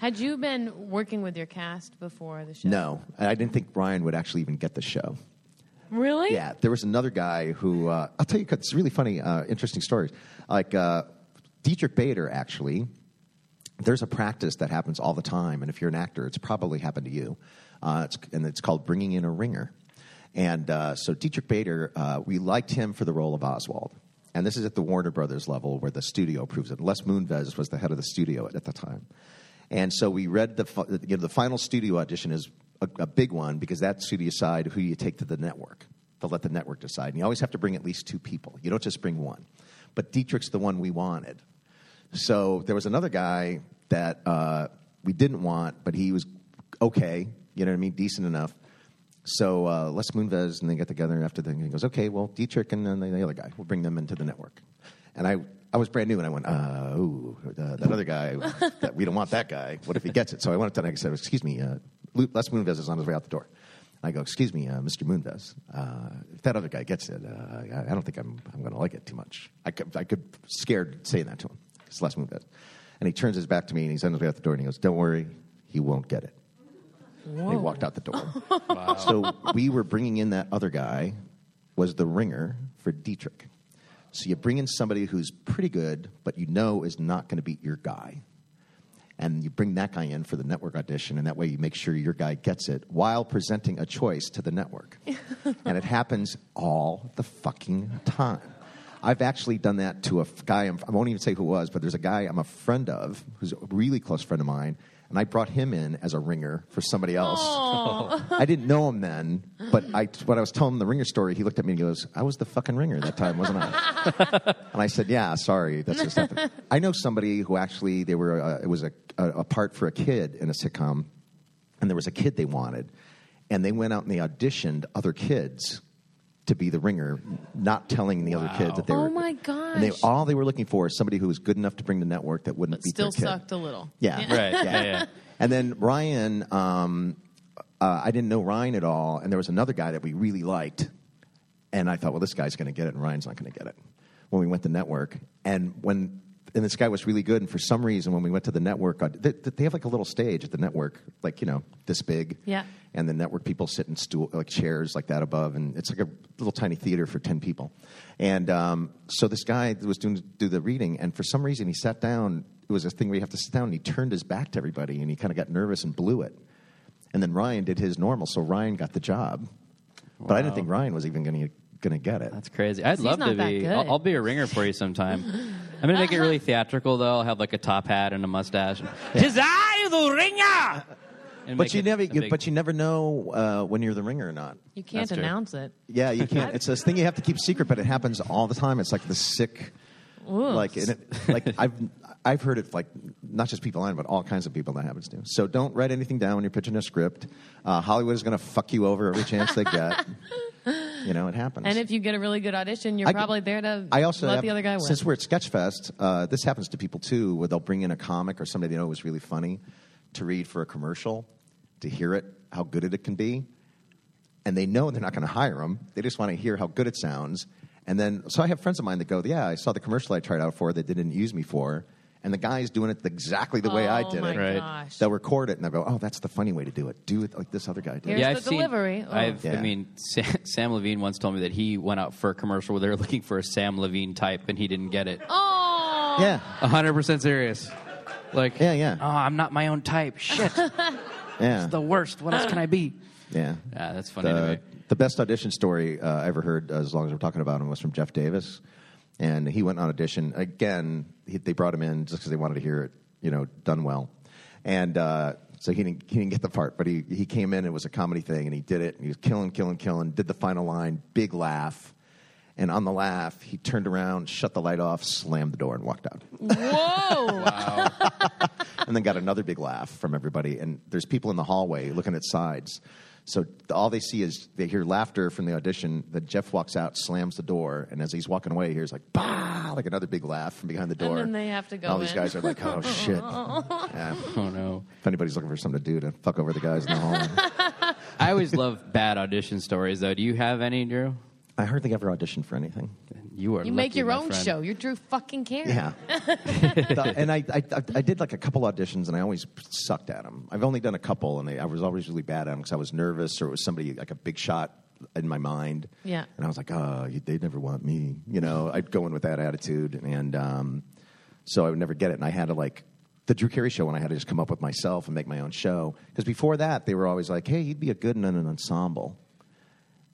Speaker 2: Had you been working with your cast before the show?
Speaker 5: No. And I didn't think Ryan would actually even get the show.
Speaker 2: Really?
Speaker 5: Yeah, there was another guy who uh, I'll tell you it's really funny, uh, interesting stories. Like uh, Dietrich Bader, actually. There's a practice that happens all the time, and if you're an actor, it's probably happened to you. Uh, it's, and it's called bringing in a ringer. And uh, so Dietrich Bader, uh, we liked him for the role of Oswald. And this is at the Warner Brothers level where the studio approves it. Les Moonves was the head of the studio at, at the time. And so we read the, fi- you know, the final studio audition is a, a big one because that's who you decide who you take to the network. They'll let the network decide. And you always have to bring at least two people. You don't just bring one. But Dietrich's the one we wanted. So there was another guy that uh, we didn't want, but he was okay. You know what I mean? Decent enough. So uh, Les Moonves and they get together after the thing. He goes, okay, well, Dietrich and then the other guy, we'll bring them into the network. And I, I was brand new, and I went, uh, ooh, uh, that other guy, that, we don't want that guy. What if he gets it? So I went up to him and I said, excuse me, uh, Lu- Les Moonves is on his way out the door. And I go, excuse me, uh, Mr. Moonves, uh, if that other guy gets it, uh, I, I don't think I'm, I'm going to like it too much. I could, I could scared saying that to him. It's Les Moonves. And he turns his back to me, and he's on his way out the door, and he goes, don't worry, he won't get it. And he walked out the door. So we were bringing in that other guy was the ringer for Dietrich. So you bring in somebody who's pretty good, but you know is not going to beat your guy. And you bring that guy in for the network audition, and that way you make sure your guy gets it while presenting a choice to the network. and it happens all the fucking time. I've actually done that to a f- guy, I'm, I won't even say who it was, but there's a guy I'm a friend of who's a really close friend of mine, and I brought him in as a ringer for somebody else. I didn't know him then, but I, when I was telling him the ringer story, he looked at me and he goes, I was the fucking ringer that time, wasn't I? and I said, Yeah, sorry, that's just happened. I know somebody who actually, they were, uh, it was a, a, a part for a kid in a sitcom, and there was a kid they wanted, and they went out and they auditioned other kids to be the ringer, not telling the other kid that they
Speaker 2: Oh
Speaker 5: were.
Speaker 2: my
Speaker 5: And they,
Speaker 2: gosh.
Speaker 5: all they were looking for is somebody who was good enough to bring the network that wouldn't
Speaker 2: But
Speaker 5: beat
Speaker 2: still
Speaker 5: their kid.
Speaker 2: sucked a little.
Speaker 5: Yeah,
Speaker 4: Right, yeah, yeah.
Speaker 5: And then Ryan, um, uh, I didn't know Ryan at all, and there was another guy that we really liked, and I thought, well, this guy's going to get it, and Ryan's not going to get it. When we went to network, and when and this guy was really good, and for some reason, when we went to the network, uh, they, they have like a little stage at the network, like you know, this big,
Speaker 2: Yeah.
Speaker 5: And the network people sit in stool like chairs like that above, and it's like a little tiny theater for ten people. And um, so this guy was doing do the reading, and for some reason, he sat down. It was a thing where you have to sit down, and he turned his back to everybody, and he kind of got nervous and blew it. And then Ryan did his normal, so Ryan got the job. But I didn't think Ryan was even going to going to get it.
Speaker 4: That's crazy. I'd love
Speaker 2: not
Speaker 4: to
Speaker 2: that
Speaker 4: be.
Speaker 2: good.
Speaker 4: I'll, I'll be a ringer for you sometime. I'm gonna make it really theatrical though. I'll have like a top hat and a mustache. Tis I, the ringer. And
Speaker 5: but
Speaker 4: make
Speaker 5: you
Speaker 4: it
Speaker 5: never,
Speaker 4: a
Speaker 5: you,
Speaker 4: big-
Speaker 5: but you never know uh, when you're the ringer or not.
Speaker 2: You can't
Speaker 4: That's true.
Speaker 2: announce it.
Speaker 5: Yeah, you can't. it's this thing you have to keep secret, but it happens all the time. It's like the sick, like and it, like I've I've heard it like not just people online, but all kinds of people that happens to. So don't write anything down when you're pitching a script. Uh, Hollywood is going to fuck you over every chance they get. you know, it happens.
Speaker 2: And if you get a really good audition, you're
Speaker 5: I-
Speaker 2: probably there to
Speaker 5: I also
Speaker 2: let
Speaker 5: have-
Speaker 2: the other guy win.
Speaker 5: Since we're at Sketchfest, uh, this happens to people too, where they'll bring in a comic or somebody they know is really funny to read for a commercial, to hear it, how good it can be, and they know they're not going to hire them. They just want to hear how good it sounds. And then, so I have friends of mine that go, "Yeah, I saw the commercial I tried out for that they didn't use me for." And the guy's doing it exactly the way I
Speaker 2: Oh
Speaker 5: did
Speaker 2: my
Speaker 5: it.
Speaker 4: Right.
Speaker 2: gosh.
Speaker 5: They'll record it and they'll go, "Oh, that's the funny way to do it. Do it like this other guy did."
Speaker 2: Here's
Speaker 4: yeah,
Speaker 2: the
Speaker 4: I've seen,
Speaker 2: delivery. Oh.
Speaker 4: I've,
Speaker 5: Yeah.
Speaker 4: I mean, Sam, Sam Levine once told me that he went out for a commercial where they were looking for a Sam Levine type and he didn't get it.
Speaker 2: oh,
Speaker 5: Yeah,
Speaker 4: hundred percent serious. Like,
Speaker 5: Yeah, yeah.
Speaker 4: Oh, I'm not my own type. Shit,
Speaker 5: yeah,
Speaker 4: the worst. What else can I be?
Speaker 5: yeah.
Speaker 4: Yeah, Ah, that's funny to me.
Speaker 5: the, the best audition story uh, I ever heard, as long as we're talking about him, was from Jeff Davis. And he went on audition. Again, he, they brought him in just because they wanted to hear it, you know, done well. And uh, so he didn't, he didn't get the part, but he, he came in, it was a comedy thing, and he did it. And he was killing, killing, killing, did the final line, big laugh. And on the laugh, he turned around, shut the light off, slammed the door, and walked out
Speaker 2: whoa.
Speaker 5: and then got another big laugh from everybody. And there's people in the hallway looking at sides. So all they see is they hear laughter from the audition. That Jeff walks out, slams the door, and as he's walking away, he hears like bah, like another big laugh from behind the door.
Speaker 2: then they have to go
Speaker 5: All these
Speaker 2: in.
Speaker 5: guys are like, oh shit. Yeah.
Speaker 4: Oh no.
Speaker 5: If anybody's looking for something to do to fuck over the guys in the hallway,
Speaker 4: I always love bad audition stories though. Do you have any, Drew?
Speaker 5: I heard they ever auditioned for anything.
Speaker 4: You are.
Speaker 2: You make
Speaker 4: lucky,
Speaker 2: your
Speaker 4: my
Speaker 2: own
Speaker 4: friend.
Speaker 2: show. You're Drew fucking Carey.
Speaker 5: Yeah. The- and I, I, I- I did like a couple auditions and I always sucked at them. I've only done a couple and I, I was always really bad at them because I was nervous or it was somebody like a big shot in my mind.
Speaker 2: Yeah.
Speaker 5: And I was like, oh, you- they'd never want me. You know, I'd go in with that attitude and um, so I would never get it. And I had to like, the Drew Carey show, when I had to just come up with myself and make my own show. Because before that, they were always like, hey, you'd be a good in an ensemble.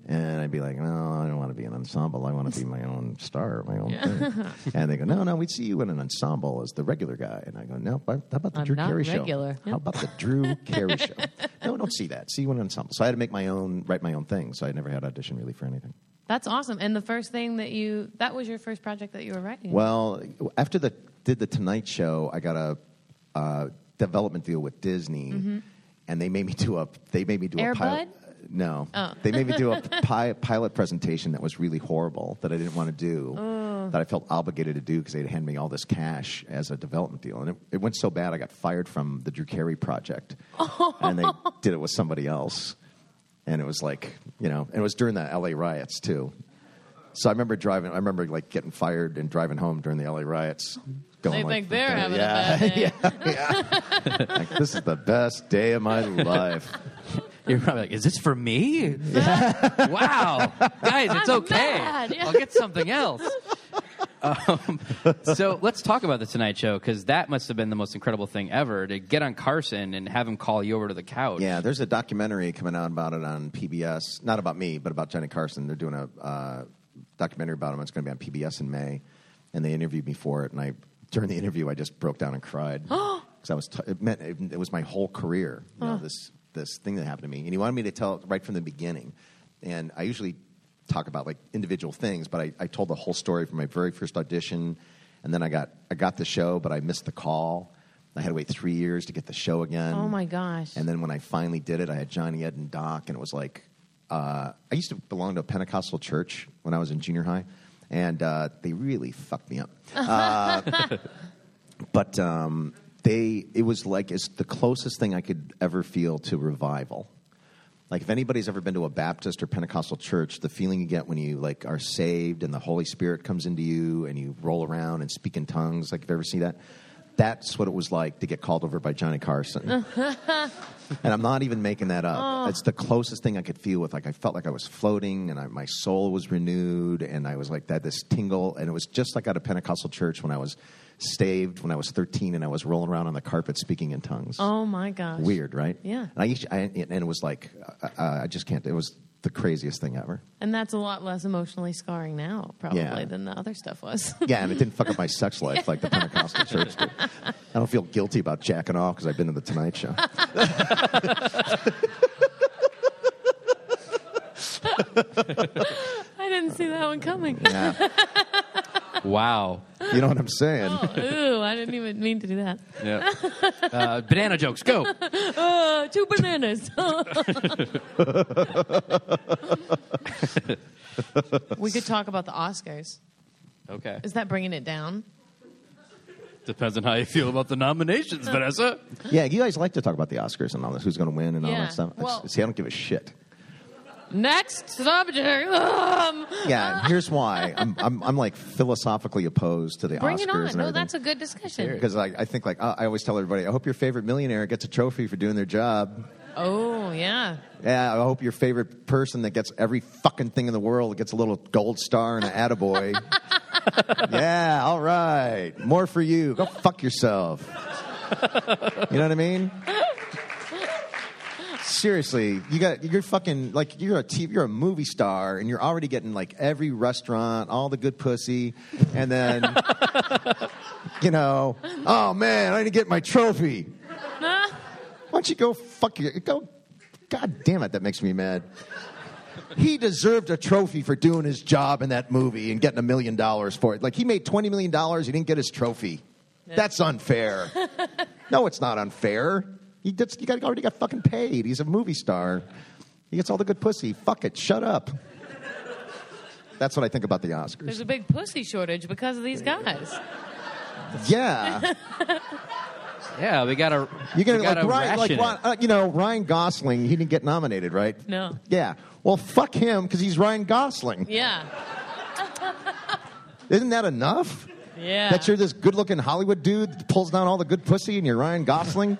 Speaker 5: And I'd be like, no, I don't want to be an ensemble. I want to be my own star, my own thing. and they go, no, no, we'd see you in an ensemble as the regular guy. And I go, no, but how about the
Speaker 2: I'm
Speaker 5: Drew
Speaker 2: not
Speaker 5: Carey
Speaker 2: regular.
Speaker 5: show? How about the Drew Carey show? No, don't see that. See you in an ensemble. So I had to make my own, write my own thing. So I never had audition really for anything.
Speaker 2: That's awesome. And the first thing that you, that was your first project that you were writing.
Speaker 5: Well, after the did the Tonight Show, I got a uh, development deal with Disney, and they made me do a they made me do
Speaker 2: Air
Speaker 5: a pilot. No, they made me do a pi- pilot presentation that was really horrible that I didn't want to do, that I felt obligated to do because they'd hand me all this cash as a development deal, and it, it went so bad I got fired from the Drew Carey project, and they did it with somebody else, and it was like you know, and it was during the L.A. riots too, so I remember driving. I remember like getting fired and driving home during the LA riots. Going
Speaker 2: They
Speaker 5: like,
Speaker 2: think they're having a
Speaker 5: yeah,
Speaker 2: bad day.
Speaker 5: yeah, yeah. like, this is the best day of my life.
Speaker 4: You're probably like, is this for me? wow. Guys, it's
Speaker 2: I'm
Speaker 4: okay.
Speaker 2: mad. Yeah.
Speaker 4: I'll get something else. Um, so let's talk about The Tonight Show because that must have been the most incredible thing ever to get on Carson and have him call you over to the couch.
Speaker 5: Yeah, there's a documentary coming out about it on PBS. Not about me, but about Johnny Carson. They're doing a uh, documentary about him. It's going to be on PBS in May, and they interviewed me for it. And I, during the interview, I just broke down and cried because I was. T- it meant it, it was my whole career.
Speaker 2: Oh.
Speaker 5: You know, this this thing that happened to me, and he wanted me to tell it right from the beginning. And I usually talk about like individual things, but I, I told the whole story from my very first audition, and then I got I got the show, but I missed the call. I had to wait three years to get the show again.
Speaker 2: Oh my gosh.
Speaker 5: And then when I finally did it, I had Johnny Ed and Doc, and it was like uh, I used to belong to a Pentecostal church when I was in junior high, and uh, they really fucked me up. Uh, but um, they, it was like it's the closest thing I could ever feel to revival. Like if anybody's ever been to a Baptist or Pentecostal church, the feeling you get when you like are saved and the Holy Spirit comes into you and you roll around and speak in tongues, like if you ever see that, that's what it was like to get called over by Johnny Carson. And I'm not even making that up.
Speaker 2: Oh.
Speaker 5: It's the closest thing I could feel with. Like I felt like I was floating, and I, my soul was renewed, and I was like that this tingle, and it was just like at a Pentecostal church when I was staved when I was 13, and I was rolling around on the carpet speaking in tongues.
Speaker 2: Oh my gosh.
Speaker 5: Weird, right?
Speaker 2: Yeah.
Speaker 5: And I, used to- I and it was like uh, uh, I just can't. It was the craziest thing ever.
Speaker 2: And that's a lot less emotionally scarring now, probably,
Speaker 5: Yeah.
Speaker 2: than the other stuff was.
Speaker 5: Yeah, and it didn't fuck up my sex life like the Pentecostal church did. I don't feel guilty about jacking off because I've been to the Tonight Show.
Speaker 2: I didn't see that one coming.
Speaker 5: Yeah.
Speaker 4: Wow.
Speaker 5: You know what I'm saying?
Speaker 2: Oh. Ooh, I didn't even mean to do that.
Speaker 4: Yeah. Uh, banana jokes. Go.
Speaker 2: Uh, two bananas. we could talk about the Oscars.
Speaker 4: Okay.
Speaker 2: Is that bringing it down?
Speaker 4: Depends on how you feel about the nominations, Vanessa.
Speaker 5: Yeah, you guys like to talk about the Oscars and all this, who's going to win and all
Speaker 2: Yeah.
Speaker 5: that stuff. It's-
Speaker 2: Well-
Speaker 5: see, I don't give a shit.
Speaker 2: Next subject. Um,
Speaker 5: Yeah, and here's why. I'm, I'm, I'm like philosophically opposed to the
Speaker 2: bring
Speaker 5: Oscars
Speaker 2: it on.
Speaker 5: and
Speaker 2: No,
Speaker 5: everything.
Speaker 2: that's a good discussion.
Speaker 5: because I, I think like I I always tell everybody, I hope your favorite millionaire gets a trophy for doing their job.
Speaker 2: Oh, yeah.
Speaker 5: Yeah, I hope your favorite person that gets every fucking thing in the world gets a little gold star and an attaboy. yeah, all right. More for you. Go fuck yourself. You know what I mean? Seriously, you got you're fucking like you're a TV, you're a movie star and you're already getting like every restaurant, all the good pussy, and then you know, oh man, I didn't get my trophy. Why don't you go fuck your go? God damn it, that makes me mad. He deserved a trophy for doing his job in that movie and getting a million dollars for it. Like he made twenty million dollars, he didn't get his trophy. That's unfair. no, it's not unfair. He gets, you got already got fucking paid. He's a movie star. He gets all the good pussy. Fuck it. Shut up. That's what I think about the Oscars.
Speaker 2: There's a big pussy shortage because of these guys.
Speaker 5: Yeah.
Speaker 4: Yeah, we got to.
Speaker 5: You're gonna
Speaker 4: we
Speaker 5: like
Speaker 4: gotta
Speaker 5: Ryan, like
Speaker 4: ration
Speaker 5: Ron,
Speaker 4: it.
Speaker 5: uh, you know Ryan Gosling. He didn't get nominated, right?
Speaker 2: No.
Speaker 5: Yeah. Well, fuck him because he's Ryan Gosling.
Speaker 2: Yeah.
Speaker 5: Isn't that enough?
Speaker 2: Yeah.
Speaker 5: That you're this good-looking Hollywood dude that pulls down all the good pussy, and you're Ryan Gosling.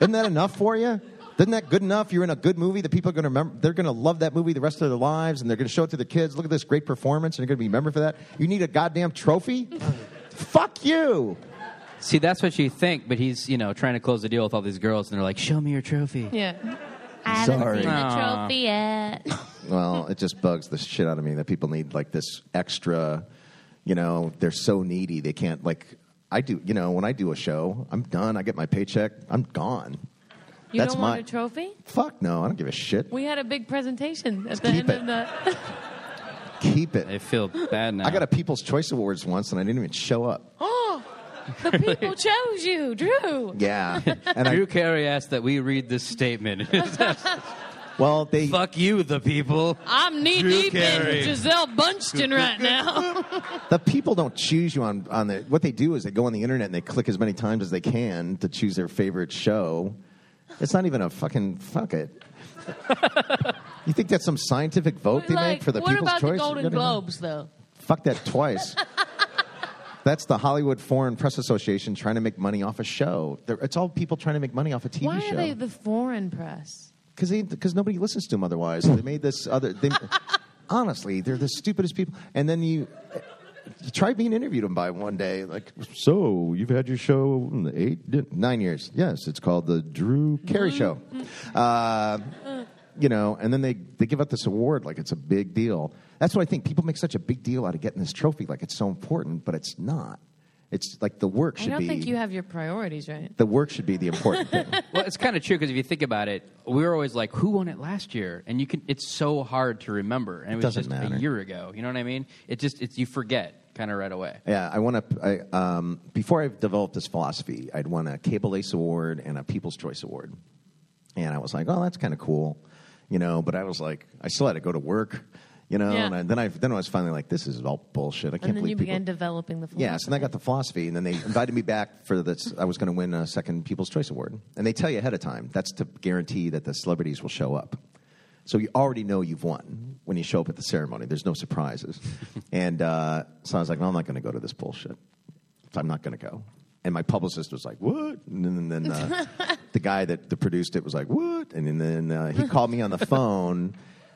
Speaker 5: Isn't that enough for you? Isn't that good enough? You're in a good movie that people are going to remember. They're going to love that movie the rest of their lives, and they're going to show it to their kids. Look at this great performance, and you're going to be remembered for that. You need a goddamn trophy? Fuck you!
Speaker 4: See, that's what you think, but he's you know trying to close the deal with all these girls, and they're like, "Show me your trophy."
Speaker 2: yeah. eh?
Speaker 3: I haven't
Speaker 5: Sorry.
Speaker 3: seen the
Speaker 5: Uh,
Speaker 4: Aw.
Speaker 3: trophy yet.
Speaker 5: Well, it just bugs the shit out of me that people need like this extra, you know, they're so needy. They can't like I do, you know, when I do a show, I'm done. I get my paycheck. I'm gone.
Speaker 2: You
Speaker 5: That's
Speaker 2: don't want
Speaker 5: my-
Speaker 2: a trophy?
Speaker 5: Fuck no, I don't give a shit.
Speaker 2: We had a big presentation at the
Speaker 5: keep
Speaker 2: end
Speaker 5: it.
Speaker 2: of the.
Speaker 5: Keep it.
Speaker 4: I feel bad now.
Speaker 5: I got a People's Choice Awards once and I didn't even show up.
Speaker 2: Oh, the people chose you, Drew.
Speaker 5: Yeah. And I
Speaker 4: Drew Carey asked that we read this statement.
Speaker 5: well, they
Speaker 4: Fuck you, the people.
Speaker 2: I'm knee
Speaker 4: Drew
Speaker 2: deep
Speaker 4: Carey.
Speaker 2: in Giselle Bundchen right now.
Speaker 5: the people don't choose you on on the what they do is they go on the internet and they click as many times as they can to choose their favorite show. It's not even a fucking fuck it. you think that's some scientific vote they make for the
Speaker 2: what
Speaker 5: people's
Speaker 2: about
Speaker 5: choice?
Speaker 2: the Golden Globes, though?
Speaker 5: Fuck that twice. That's the Hollywood Foreign Press Association trying to make money off a show. They're, it's all people trying to make money off a TV
Speaker 2: Why are they
Speaker 5: show
Speaker 2: the foreign press?
Speaker 5: because because nobody listens to them otherwise. They made this other. They, honestly, they're the stupidest people. And then you, you try being interviewed them by one day, like, so you've had your show in eight nine years? Yes, it's called the Drew Carey Show.
Speaker 2: Mm-hmm.
Speaker 5: Uh, you know, and then they they give out this award like it's a big deal. That's what I think. People make such a big deal out of getting this trophy, like it's so important, but it's not. It's like the work
Speaker 2: I
Speaker 5: should
Speaker 2: don't
Speaker 5: be.
Speaker 2: think you have your priorities right.
Speaker 5: the work should be the important thing.
Speaker 4: Well, it's kind of true because if you think about it, we were always like, "Who won it last year?" And you can. It's so hard to remember, and it, was just
Speaker 5: doesn't matter.
Speaker 4: a year ago. You know what I mean? It just it's you forget kind of right away.
Speaker 5: Yeah, I want to. I, um, before I developed this philosophy, I'd won a Cable Ace Award and a People's Choice Award, and I was like, "Oh, that's kind of cool," you know. But I was like, I still had to go to work, you know.
Speaker 2: Yeah.
Speaker 5: And I, then I then I was finally like, this is all bullshit. I can't
Speaker 2: And then
Speaker 5: believe
Speaker 2: you
Speaker 5: people.
Speaker 2: began developing the philosophy.
Speaker 5: Yes, and I got the philosophy, and then they invited me back for this. I was going to win a second People's Choice Award, and they tell you ahead of time. That's to guarantee that the celebrities will show up. So you already know you've won when you show up at the ceremony. There's no surprises. and uh, so I was like, well, I'm not going to go to this bullshit. So I'm not going to go. And my publicist was like, what? And then, and then uh, the guy that, that produced it was like, what? And then uh, he called me on the phone.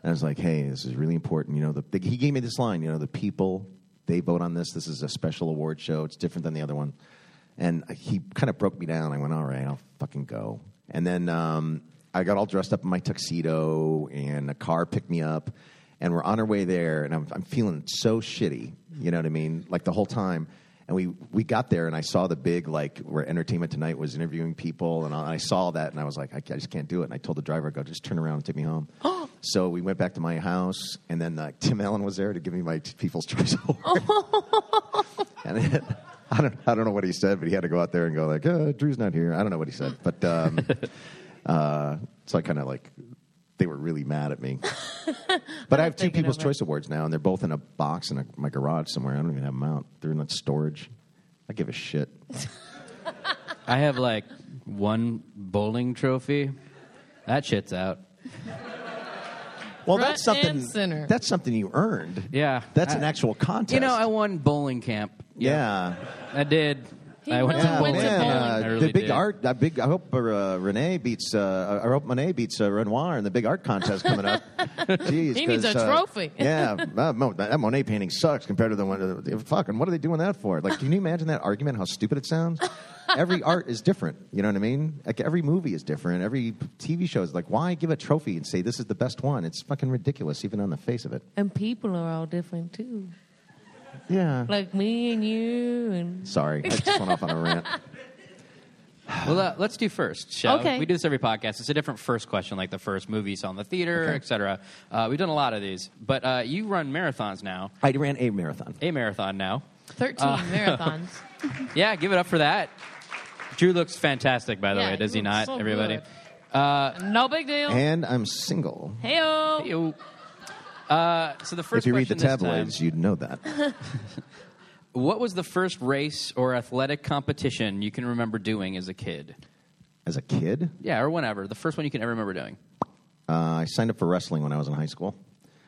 Speaker 5: And I was like, hey, this is really important. You know, the, he gave me this line, you know, the people, they vote on this. This is a special award show. It's different than the other one. And he kind of broke me down. I went, all right, I'll fucking go. And then um, I got all dressed up in my tuxedo, and a car picked me up, and we're on our way there. And I'm, I'm feeling so shitty, you know what I mean? Like the whole time. And we, we got there, and I saw the big, like, where Entertainment Tonight was interviewing people, and I saw that, and I was like, I, ca- I just can't do it. And I told the driver, I go, just turn around and take me home. so we went back to my house, and then uh, Tim Allen was there to give me my People's Choice Award. And it, I don't, I don't know what he said, but he had to go out there and go like, uh, "Drew's not here." I don't know what he said, but um, uh, so I kind of like they were really mad at me. But I have two
Speaker 2: take it
Speaker 5: People's
Speaker 2: over.
Speaker 5: Choice Awards now, and they're both in a box in a, my garage somewhere. I don't even have them out; they're in like storage. I give a shit.
Speaker 4: I have like one bowling trophy. That shit's out.
Speaker 5: Well,
Speaker 2: Front
Speaker 5: that's something.
Speaker 2: and center.
Speaker 5: That's something you earned.
Speaker 4: Yeah.
Speaker 5: that's
Speaker 4: I-
Speaker 5: an actual contest.
Speaker 4: You know, I won bowling camp.
Speaker 5: yeah.
Speaker 4: I did.
Speaker 2: He
Speaker 4: I went
Speaker 2: really
Speaker 4: to
Speaker 5: Yeah,
Speaker 4: bowling
Speaker 2: went to
Speaker 5: man,
Speaker 4: camp.
Speaker 2: bowling.
Speaker 5: uh,
Speaker 4: I really
Speaker 5: the big
Speaker 4: did.
Speaker 5: art. I big. I hope uh, Renee beats. Uh, I hope Monet beats uh, Renoir in the big art contest coming up. Jeez,
Speaker 2: He needs
Speaker 5: 'cause,
Speaker 2: a
Speaker 5: uh,
Speaker 2: trophy.
Speaker 5: yeah, that, Mo- that Monet painting sucks compared to the one. Uh, fucking, what are they doing that for? Like, can you imagine that argument? How stupid it sounds. Every art is different. You know what I mean? Like every movie is different. Every TV show is like, why give a trophy and say this is the best one? It's fucking ridiculous, even on the face of it.
Speaker 2: And people are all different too.
Speaker 5: Yeah.
Speaker 2: Like me and you and
Speaker 5: Sorry, I just went off on a rant.
Speaker 4: Well, uh, let's do first. Shall
Speaker 2: Okay.
Speaker 4: we? we do this every podcast. It's a different first question, like the first movie you saw in the theater,
Speaker 5: Okay.
Speaker 4: et cetera. Uh, we've done a lot of these, but uh, you run marathons now,
Speaker 5: I ran a marathon.
Speaker 4: a marathon now.
Speaker 2: 13
Speaker 5: Uh,
Speaker 2: marathons.
Speaker 4: Yeah, give it up for that. Drew looks fantastic, by the
Speaker 2: Yeah,
Speaker 4: way, does
Speaker 2: he
Speaker 4: he,
Speaker 2: looks
Speaker 4: not?
Speaker 2: so
Speaker 4: everybody.
Speaker 2: good. no big deal.
Speaker 5: And I'm single.
Speaker 2: Heyo.
Speaker 4: Yo. Uh, so the first
Speaker 5: if you read the
Speaker 4: question this time-
Speaker 5: tabloids, you'd know that.
Speaker 4: what was the first race or athletic competition you can remember doing as a kid?
Speaker 5: As a kid,
Speaker 4: Yeah, or whenever. The first one you can ever remember doing.
Speaker 5: uh, I signed up for wrestling when I was in high school,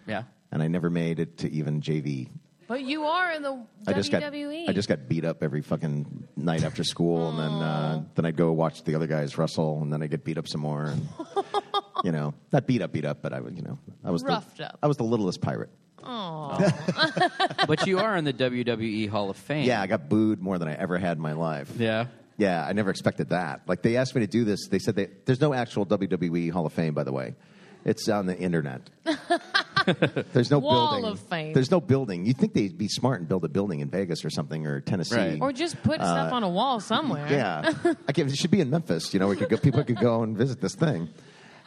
Speaker 4: Yeah.
Speaker 5: and I never made it to even JV.
Speaker 2: But you are in the E.
Speaker 5: I
Speaker 2: WWE.
Speaker 5: just got
Speaker 4: E.
Speaker 5: I just got beat up every fucking night after school, and then uh, then I'd go watch the other guys wrestle, and then I would get beat up some more. And, you know, not beat up, beat up, but I would, you know, I was
Speaker 2: Roughed
Speaker 5: the,
Speaker 2: up.
Speaker 5: I was the littlest pirate.
Speaker 4: but you are in the WWE Hall of Fame.
Speaker 5: Yeah, I got booed more than I ever had in my life.
Speaker 4: Yeah.
Speaker 5: Yeah, I never expected that. Like they asked me to do this. They said they, there's no actual WWE Hall of Fame, by the way. It's on the internet. there's no
Speaker 2: Wall
Speaker 5: building.
Speaker 2: of Fame.
Speaker 5: There's no building. You'd think they'd be smart and build a building in Vegas or something or Tennessee.
Speaker 4: Right.
Speaker 2: or just put stuff on a wall somewhere.
Speaker 5: Uh, Yeah, I can't, it should be in Memphis. You know, we could go, people could go and visit this thing,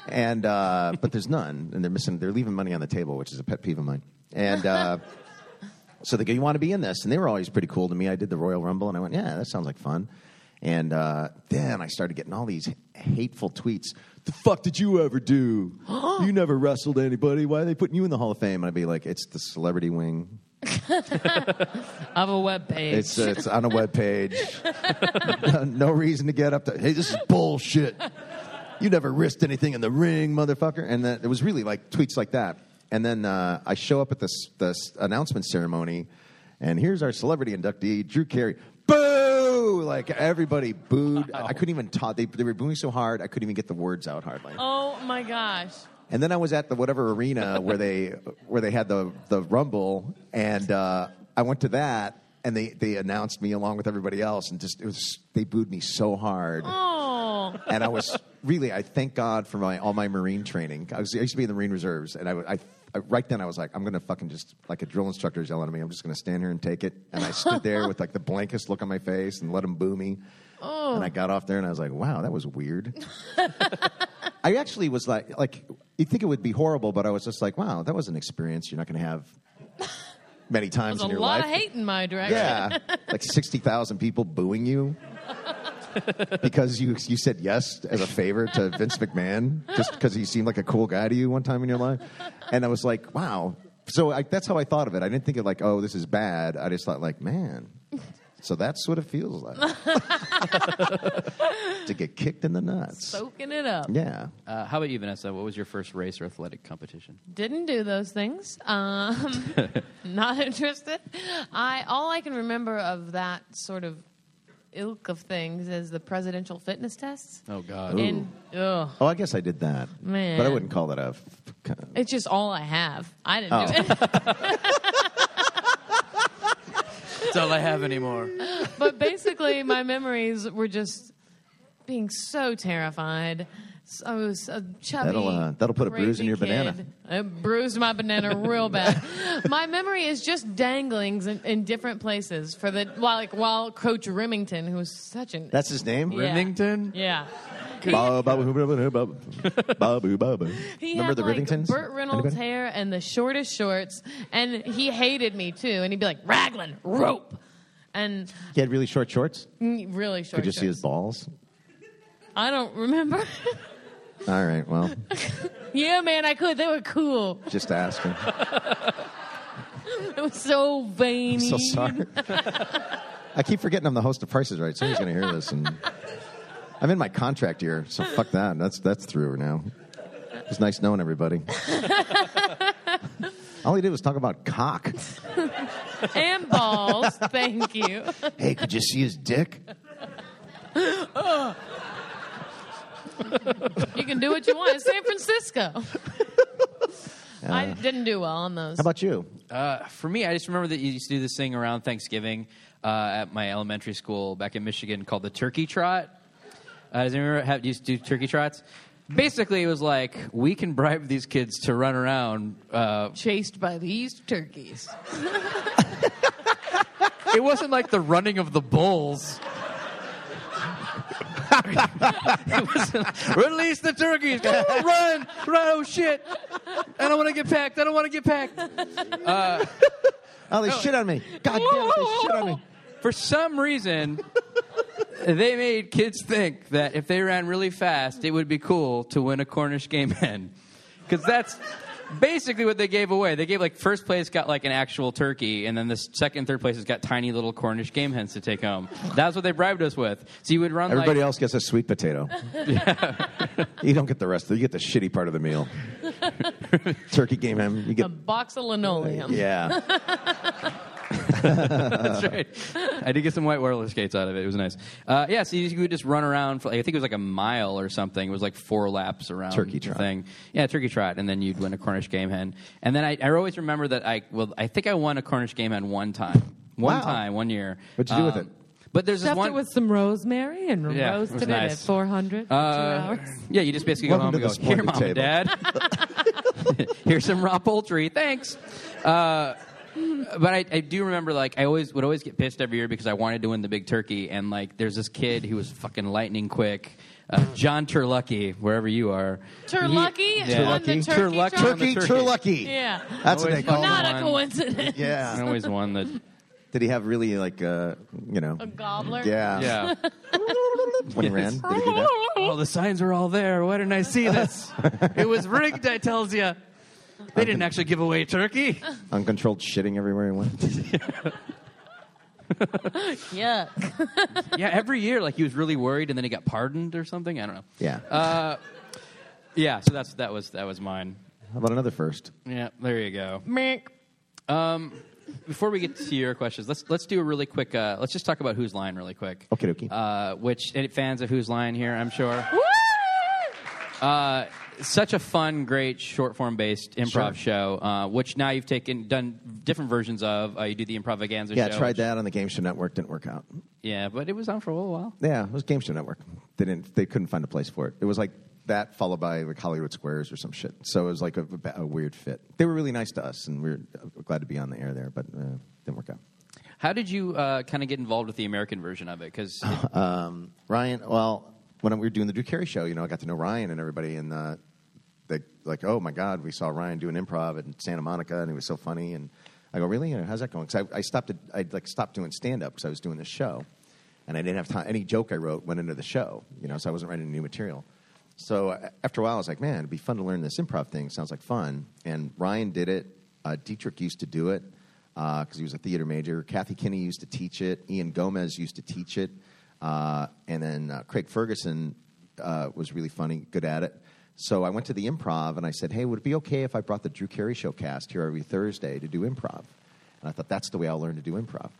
Speaker 5: and uh, but there's none, and they're missing. They're leaving money on the table, which is a pet peeve of mine. And uh, so they go, "You want to be in this?" And they were always pretty cool to me. I did the Royal Rumble, and I went, "Yeah, that sounds like fun." And uh, then I started getting all these hateful tweets. The fuck did you ever do? you never wrestled anybody. Why are they putting you in the Hall of Fame? And I'd be like, "It's the celebrity wing.
Speaker 2: Of a web page.
Speaker 5: It's uh, it's on a web page. no reason to get up to. Hey, this is bullshit. You never risked anything in the ring, motherfucker. And then it was really like tweets like that. And then uh, I show up at this this announcement ceremony, and here's our celebrity inductee, Drew Carey. Boo! Like everybody booed. I I couldn't even talk. They, they were booing so hard, I couldn't even get the words out hardly.
Speaker 2: oh my gosh.
Speaker 5: And then I was at the whatever arena where they where they had the the rumble, and uh, I went to that, and they they announced me along with everybody else, and just it was they booed me so hard,
Speaker 2: Oh.
Speaker 5: and I was really I thank God for my all my Marine training. I, was, I used to be in the Marine Reserves, and I, would- I, I right then I was like I'm gonna fucking just like a drill instructor is yelling at me, I'm just gonna stand here and take it, and I stood there with like the blankest look on my face and let them boo me.
Speaker 2: Oh.
Speaker 5: And I got off there and I was like, wow, that was weird. I actually was like, like you'd think it would be horrible, but I was just like, wow, that was an experience you're not going to have many times
Speaker 2: There's a
Speaker 5: in your
Speaker 2: lot
Speaker 5: life.
Speaker 2: of hate in my direction.
Speaker 5: yeah, like sixty thousand people booing you. because you you said yes as a favor to Vince McMahon just because he seemed like a cool guy to you one time in your life, and I was like, wow. So I, that's how I thought of it. I didn't think of like, oh, this is bad. I just thought like, man. So that's what it feels like to get kicked in the nuts.
Speaker 2: Soaking it up.
Speaker 5: yeah.
Speaker 4: Uh, how about you, Vanessa? What was your first race or athletic competition?
Speaker 2: didn't do those things. Um, not interested. I all I can remember of that sort of ilk of things is the presidential fitness tests.
Speaker 4: Oh God!
Speaker 2: And ugh,
Speaker 5: Oh, I guess I did that.
Speaker 2: Man.
Speaker 5: But I wouldn't call that a. f-
Speaker 2: it's just all I have. I didn't do
Speaker 5: Oh.
Speaker 2: it.
Speaker 4: That's all I have anymore.
Speaker 2: but basically, my memories were just being so terrified. So I was a chubby.
Speaker 5: That'll, uh, that'll put a bruise
Speaker 2: crazy
Speaker 5: in your banana.
Speaker 2: kid. It bruised my banana real bad. my memory is just danglings in, in different places for the while, like while Coach Remington, who was such an
Speaker 5: That's his name?
Speaker 2: Yeah.
Speaker 4: Remington?
Speaker 2: yeah.
Speaker 5: Ba- ba- ba- ba- ba- ba- ba- ba- ba.
Speaker 2: He
Speaker 5: Remember
Speaker 2: had
Speaker 5: the
Speaker 2: like
Speaker 5: Rivingtons?
Speaker 2: Burt Reynolds
Speaker 5: Anybody?
Speaker 2: hair and the shortest shorts, and he hated me too. And he'd be like, "Raglan, rope," and
Speaker 5: He had really short shorts. You
Speaker 2: mm, really short.
Speaker 5: Could you see his
Speaker 2: shorts.
Speaker 5: balls?
Speaker 2: I don't remember.
Speaker 5: All right, well,
Speaker 2: yeah, man, I could. They were cool.
Speaker 5: just ask him.
Speaker 2: It was so veiny.
Speaker 5: I'm so sorry. I keep forgetting I'm the host of Prices Right. Somebody's going to hear this. and I'm in my contract year, so fuck that. That's, that's through now. It's nice knowing everybody. All he did was talk about cock.
Speaker 2: And balls. Thank you.
Speaker 5: Hey, could you see his dick?
Speaker 2: You can do what you want. It's San Francisco. I didn't do well on those.
Speaker 5: How about you?
Speaker 4: Uh, for me, I just remember that you used to do this thing around Thanksgiving uh, at my elementary school back in Michigan called the Turkey Trot. Uh, does anyone remember how you used to do turkey trots? Basically, it was like we can bribe these kids to run around. Uh,
Speaker 2: Chased by these turkeys.
Speaker 4: it wasn't like the running of the bulls. it was release the turkeys. Run, run! Oh shit! I don't want to get packed. I don't want to get packed.
Speaker 5: Oh, they shit on me. God damn it, they shit on me.
Speaker 4: For some reason, they made kids think that if they ran really fast, it would be cool to win a Cornish game hen. Because that's basically what they gave away. They gave, like, first place got, like, an actual turkey, and then the s- second, third places got tiny little Cornish game hens to take home. That's what they bribed us with. So you would run,
Speaker 5: Everybody
Speaker 4: like,
Speaker 5: else gets a sweet potato. you don't get the rest of it. You get the shitty part of the meal. Turkey game ham. You
Speaker 2: A
Speaker 5: get
Speaker 2: box of linoleum.
Speaker 5: yeah.
Speaker 4: That's right. I did get some white roller skates out of it. It was nice. Uh, yeah, so you, you would just run around. For, I think it was like a mile or something. It was like four laps around
Speaker 5: Turkey
Speaker 4: the
Speaker 5: trot.
Speaker 4: thing. Yeah, turkey trot, and then you'd win a Cornish game hen. And then I, I always remember that I well, I think I won a Cornish game hen one time, one
Speaker 5: Wow.
Speaker 4: time, one year. Um,
Speaker 5: What'd you do with it?
Speaker 4: But there's this
Speaker 2: Stuffed
Speaker 4: one.
Speaker 2: it with some rosemary and
Speaker 4: Yeah, it
Speaker 2: roasted
Speaker 4: was
Speaker 2: it, at
Speaker 4: nice.
Speaker 2: 400 for
Speaker 4: Uh,
Speaker 2: two hours.
Speaker 4: yeah, you just basically go home
Speaker 5: Welcome
Speaker 4: and go,
Speaker 5: to the
Speaker 4: here, mom and
Speaker 5: splendid
Speaker 4: dad. Here's some raw poultry. Thanks. Uh, but I, I do remember, like, I always would always get pissed every year because I wanted to win the big turkey. And, like, there's this kid who was fucking lightning quick. Uh, John Turlucky, wherever you are.
Speaker 2: Turlucky?
Speaker 4: He- Yeah.
Speaker 2: On the
Speaker 5: Turlucky?
Speaker 2: turkey
Speaker 4: Turlucky.
Speaker 2: trot?
Speaker 5: Turkey
Speaker 4: turkey.
Speaker 5: turlucky.
Speaker 2: Yeah.
Speaker 5: That's what they
Speaker 4: Always
Speaker 5: call
Speaker 4: fun.
Speaker 5: it.
Speaker 2: Not
Speaker 4: One.
Speaker 2: a coincidence.
Speaker 4: I
Speaker 5: Yeah.
Speaker 4: always won the.
Speaker 5: Did he have really like uh, you know?
Speaker 2: A gobbler.
Speaker 5: Yeah.
Speaker 4: Yeah.
Speaker 5: When he ran, did he do that?
Speaker 4: Well, the signs were all there. Why didn't I see this? it was rigged, I tells you. They didn't actually give away a turkey.
Speaker 5: Uncontrolled shitting everywhere he went.
Speaker 2: Yuck.
Speaker 4: yeah, every year, like he was really worried, and then he got pardoned or something. I don't know.
Speaker 5: Yeah.
Speaker 4: Yeah, so that's that was that was mine.
Speaker 5: How about another first?
Speaker 4: Yeah, there you go.
Speaker 2: Merk.
Speaker 4: Before we get to your questions, let's let's do a really quick. Uh, let's just talk about who's line really quick.
Speaker 5: Okie dokie.
Speaker 4: Uh, which and fans of who's line here, I'm sure. Uh,
Speaker 2: Woo!
Speaker 4: Such a fun, great short form based improv
Speaker 5: Sure.
Speaker 4: show. Uh, which now you've taken done different versions of. Uh, you do the improvanza
Speaker 5: yeah,
Speaker 4: show.
Speaker 5: tried
Speaker 4: which-
Speaker 5: that on the Game Show Network. Didn't work out.
Speaker 4: Yeah, but it was on for a little while.
Speaker 5: Yeah, it was Game Show Network. They didn't. They couldn't find a place for it. It was like that followed by like Hollywood Squares or some shit. So it was like a, a weird fit. They were really nice to us, and we were are glad to be on the air there, but uh, didn't work out.
Speaker 4: How did you uh, kind of get involved with the American version of it? Because
Speaker 5: Um, Ryan, well, when we were doing the Drew Carey show, you know, I got to know Ryan and everybody, and uh, they like, oh my God, we saw Ryan doing improv in Santa Monica, and he was so funny. And I go, really? And how's that going? Because I, I stopped, at, I like stopped doing stand up because I was doing this show, and I didn't have time. Any joke I wrote went into the show, you know, so I wasn't writing new material. So uh, after a while, I was like, man, it'd be fun to learn this improv thing. Sounds like fun. And Ryan did it. Uh, Dietrich used to do it because uh, he was a theater major. Kathy Kinney used to teach it. Ian Gomez used to teach it. Uh, and then uh, Craig Ferguson uh, was really funny, good at it. So I went to the improv and I said, hey, would it be okay if I brought the Drew Carey Show cast here every Thursday to do improv? And I thought that's the way I'll learn to do improv.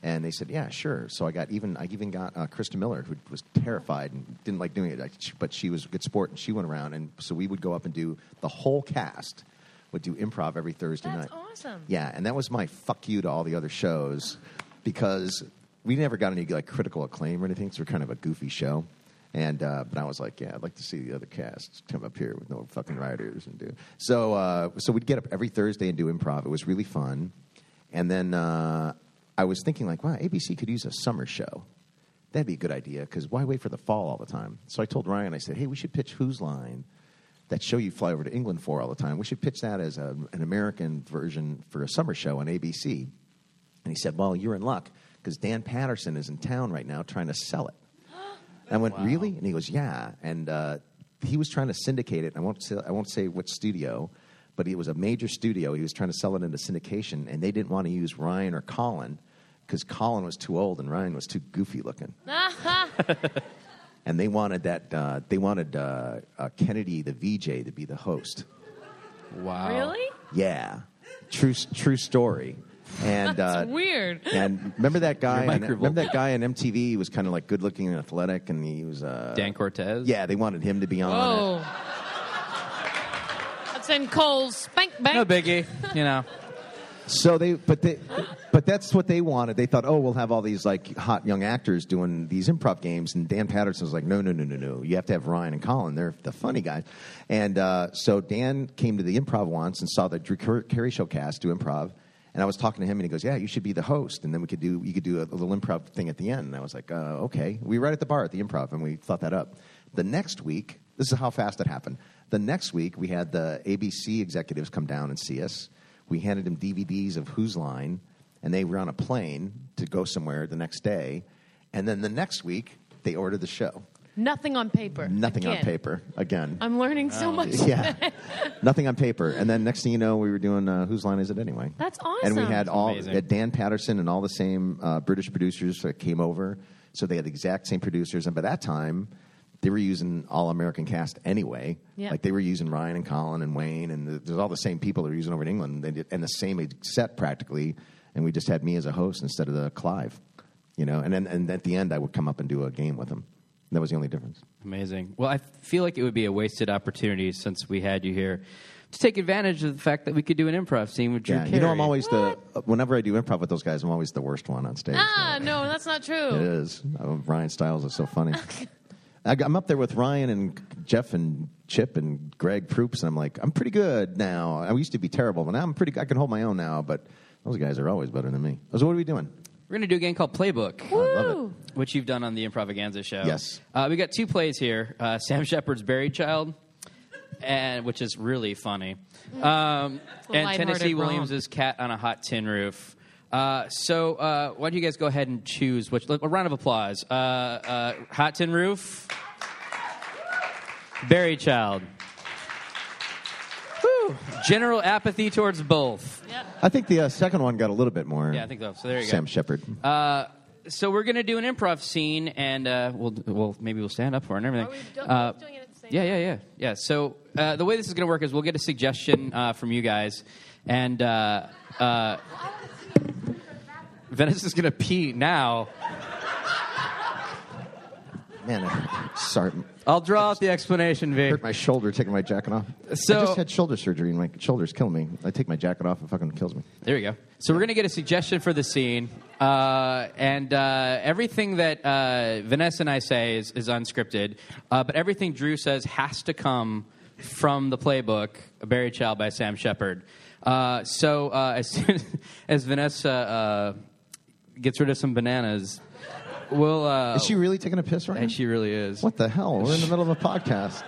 Speaker 5: And they said, "Yeah, sure." So I got even. I even got uh, Krista Miller, who was terrified and didn't like doing it, like, she- but she was a good sport and she went around. And so we would go up and do the whole cast would do improv every Thursday
Speaker 2: That's
Speaker 5: night.
Speaker 2: awesome.
Speaker 5: Yeah, and that was my fuck you to all the other shows because we never got any like critical acclaim or anything. So we're kind of a goofy show. And uh, but I was like, yeah, I'd like to see the other cast come up here with no fucking writers and do. So uh, so we'd get up every Thursday and do improv. It was really fun. And then uh, I was thinking like, wow, ABC could use a summer show. That'd be a good idea because why wait for the fall all the time? So I told Ryan, I said, hey, we should pitch Who's Line that show you fly over to England for all the time. We should pitch that as a, an American version for a summer show on ABC. And he said, Well, you're in luck because Dan Patterson is in town right now trying to sell it. And I went, Really? And he goes, Yeah. And uh, he was trying to syndicate it. I won't, say, I won't say which studio, but it was a major studio. He was trying to sell it into syndication, and they didn't want to use Ryan or Colin because Colin was too old and Ryan was too goofy looking and they wanted that uh, they wanted uh, uh, Kennedy the VJ to be the host.
Speaker 4: Wow.
Speaker 2: Really?
Speaker 5: Oh. Yeah, true true story. And uh,
Speaker 2: It's weird.
Speaker 5: And remember that guy?
Speaker 4: Your
Speaker 5: on-
Speaker 4: microvolt.
Speaker 5: remember that guy on MTV? He was kind of like good looking and athletic, and he was uh,
Speaker 4: Dan Cortez?
Speaker 5: yeah. They wanted him to be on. it.
Speaker 2: Whoa. Oh. That's in Cole's spank bank.
Speaker 4: No biggie. You know.
Speaker 5: So they, but they, but that's what they wanted. They thought, oh, we'll have all these like hot young actors doing these improv games, and Dan Patterson was like, no, no, no, no, no. You have to have Ryan and Colin. They're the funny guys. And uh, so Dan came to the improv once and saw the Drew Car- Carey show cast do improv, and I was talking to him, and he goes, yeah, you should be the host, and then we could do you could do a little improv thing at the end. And I was like, uh, okay. We were right at the bar at the improv, and we thought that up. The next week, this is how fast it happened. The next week, we had the ABC executives come down and see us. We handed them DVDs of Who's Line, and they were on a plane to go somewhere the next day. And then the next week, they ordered the show.
Speaker 2: Nothing on paper.
Speaker 5: Nothing on
Speaker 2: Again.
Speaker 5: paper again.
Speaker 2: I'm learning so much.
Speaker 5: yeah, nothing on paper. And then next thing you know, we were doing uh, Whose Line Is It Anyway?
Speaker 2: That's
Speaker 5: And we
Speaker 2: awesome.
Speaker 5: had all
Speaker 4: amazing.
Speaker 5: had Dan Patterson and all the same uh, British producers that came over. So they had the exact same producers, and by that time, they were using all American cast anyway.
Speaker 2: Yeah.
Speaker 5: Like they were using Ryan and Colin and Wayne, and the, there's all the same people they were using over in England, they did, and the same set practically. And we just had me as a host instead of the Clive, you know. And then and at the end, I would come up and do a game with him. That was the only difference.
Speaker 4: Amazing. Well, I feel like it would be a wasted opportunity since we had you here to take advantage of the fact that we could do an improv scene with Drew
Speaker 5: Yeah, you know, I'm
Speaker 4: Carey.
Speaker 5: always the whenever I do improv with those guys, I'm always the worst one on stage.
Speaker 2: Ah, no, that's not
Speaker 5: It
Speaker 2: true.
Speaker 5: is. Oh, Ryan Styles is so funny. I, am up there with Ryan and Jeff and Chip and Greg Proops, and I'm like, I'm pretty good now. I used to be terrible, but now I'm pretty. I can hold my own now. But those guys are always better than me. So what are we doing?
Speaker 4: We're going to do a game called Playbook.
Speaker 5: I love
Speaker 2: Woo.
Speaker 5: it.
Speaker 4: which you've done on the Improvaganza show.
Speaker 5: Yes.
Speaker 4: Uh, we got two plays here uh, Sam Shepard's Buried Child, and which is really funny, um, and
Speaker 2: Lighthearted
Speaker 4: Tennessee
Speaker 2: romp.
Speaker 4: Williams' Cat on a Hot Tin Roof. Uh, so uh, why don't you guys go ahead and choose which? A round of applause. Uh, uh, hot Tin Roof, Buried Child. Whew. General apathy towards both.
Speaker 5: I think the uh, second one got a little bit more.
Speaker 4: Yeah, I think so. So there you go. Uh,
Speaker 5: Sam Shepard.
Speaker 4: So we're gonna do an improv scene, and uh, we'll, we'll maybe we'll stand up for it and everything.
Speaker 2: Are we do-
Speaker 4: Uh,
Speaker 2: both doing it at the same
Speaker 4: yeah, yeah, yeah, yeah. So uh, the way this is gonna work is we'll get a suggestion uh, from you guys, and uh, uh, Venice is gonna pee now.
Speaker 5: Man, I, sorry,
Speaker 4: I'll draw out the explanation, V.
Speaker 5: hurt my shoulder taking my jacket off.
Speaker 4: So-
Speaker 5: I just had shoulder surgery, and my shoulders kill me. I take my jacket off, it fucking kills me.
Speaker 4: There you go. So we're going to get a suggestion for the scene, uh, and uh, everything that uh, Vanessa and I say is, is unscripted, uh, but everything Drew says has to come from the playbook, A Buried Child by Sam Shepard. Uh, so uh, as soon as, as Vanessa uh, gets rid of some bananas, we'll. Uh,
Speaker 5: Is she really taking a piss right now?
Speaker 4: and she really is.
Speaker 5: What the hell? We're in the middle of a podcast.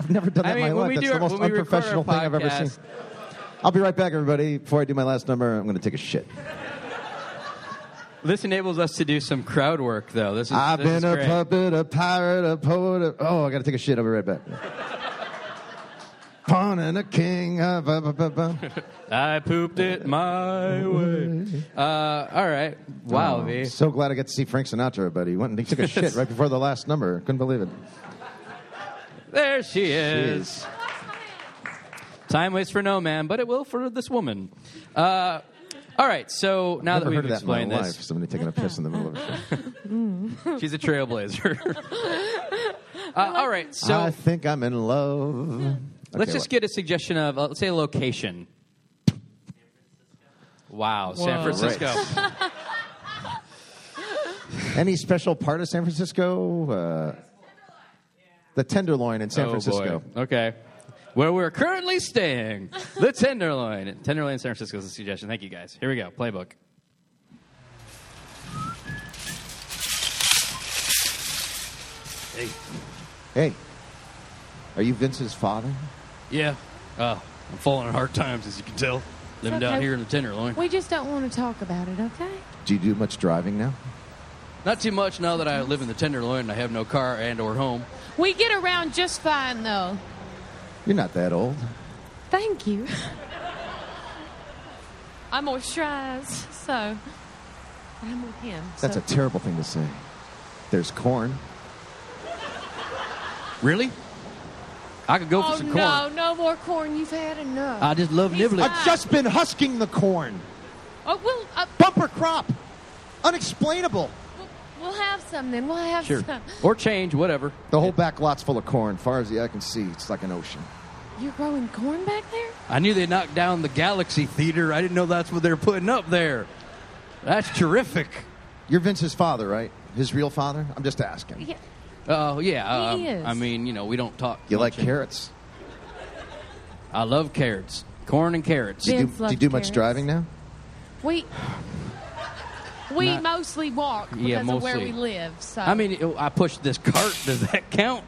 Speaker 5: I've never done
Speaker 4: I
Speaker 5: that
Speaker 4: mean,
Speaker 5: in my
Speaker 4: when
Speaker 5: life.
Speaker 4: we
Speaker 5: That's
Speaker 4: do
Speaker 5: the
Speaker 4: our-
Speaker 5: most
Speaker 4: when we record
Speaker 5: unprofessional thing
Speaker 4: our
Speaker 5: I've ever seen.
Speaker 4: podcast-
Speaker 5: I'll be right back, everybody. Before I do my last number, I'm going to take a shit.
Speaker 4: This enables us to do some crowd work, though. This is
Speaker 5: I've
Speaker 4: this
Speaker 5: been
Speaker 4: is
Speaker 5: a
Speaker 4: great.
Speaker 5: puppet, a pirate, a poet. A... Oh, I got to take a shit. I'll be right back. Pawn and a king. uh, ba, ba, ba, ba.
Speaker 4: I pooped it my way. Uh, all right. Wow, V.
Speaker 5: So glad I got to see Frank Sinatra, buddy. He went and he took a shit right before the last number. Couldn't believe it.
Speaker 4: There she is. Time waits for no man, but it will for this woman. Uh, all right, so now
Speaker 5: Never
Speaker 4: that we've
Speaker 5: heard of that in my
Speaker 4: explained
Speaker 5: life.
Speaker 4: this,
Speaker 5: Somebody taking a piss in the middle of a show.
Speaker 4: she's a trailblazer. uh, all right, so
Speaker 5: I think I'm in love.
Speaker 4: let's
Speaker 5: Okay,
Speaker 4: just
Speaker 5: what?
Speaker 4: get a suggestion of, uh, let's say, a location. Wow, San
Speaker 6: Whoa.
Speaker 4: Francisco.
Speaker 5: Any special part of San Francisco? Uh, the Tenderloin in San
Speaker 4: Oh,
Speaker 5: Francisco.
Speaker 4: boy. Okay. Where we're currently staying, the Tenderloin. Tenderloin, San Francisco is a suggestion. Thank you, guys. Here we go. Playbook.
Speaker 5: Hey, are you Vince's father?
Speaker 4: Yeah. Uh, I'm falling on hard times, as you can tell, living
Speaker 2: okay.
Speaker 4: down here in the Tenderloin.
Speaker 2: We just don't want to talk about it, okay?
Speaker 5: Do you do much driving now?
Speaker 4: Not too much now that I live in the Tenderloin and I have no car and or home.
Speaker 2: We get around just fine, though.
Speaker 5: You're not that old.
Speaker 2: Thank you. I moisturize, so I'm with him.
Speaker 5: That's
Speaker 2: so.
Speaker 5: a terrible thing to say. There's corn.
Speaker 4: Really? I could go
Speaker 2: Oh
Speaker 4: for some corn.
Speaker 2: no, no more corn. You've had enough.
Speaker 5: Uh,
Speaker 4: I just love
Speaker 2: He's
Speaker 4: nibbling.
Speaker 2: not-
Speaker 5: I've just been husking the corn.
Speaker 2: oh, we'll, uh,
Speaker 5: Bumper crop. Unexplainable.
Speaker 2: we'll- we'll have some then. We'll have
Speaker 4: Sure.
Speaker 2: some.
Speaker 4: Or change, wwhatever.
Speaker 5: The whole back lot's full of corn. Far as the eye can see, it's like an ocean.
Speaker 2: You're growing corn back there?
Speaker 4: I knew they knocked down the Galaxy Theater. I didn't know that's what they're putting up there. That's terrific.
Speaker 5: You're Vince's father, right? His real father? I'm just asking.
Speaker 2: Yeah.
Speaker 4: Oh, yeah. uh,
Speaker 2: He is.
Speaker 4: I mean, you know, we don't talk.
Speaker 5: You like
Speaker 4: much.
Speaker 5: carrots?
Speaker 4: I love carrots. Corn and carrots.
Speaker 2: Yeah.
Speaker 5: Do,
Speaker 2: Vince
Speaker 5: do
Speaker 2: loves
Speaker 5: you do much
Speaker 2: carrots.
Speaker 5: driving now?
Speaker 2: We we
Speaker 4: Not-
Speaker 2: mostly walk because
Speaker 4: Yeah,
Speaker 2: of where
Speaker 4: mostly.
Speaker 2: we live. So
Speaker 4: I mean, I pushed this cart. Does that count?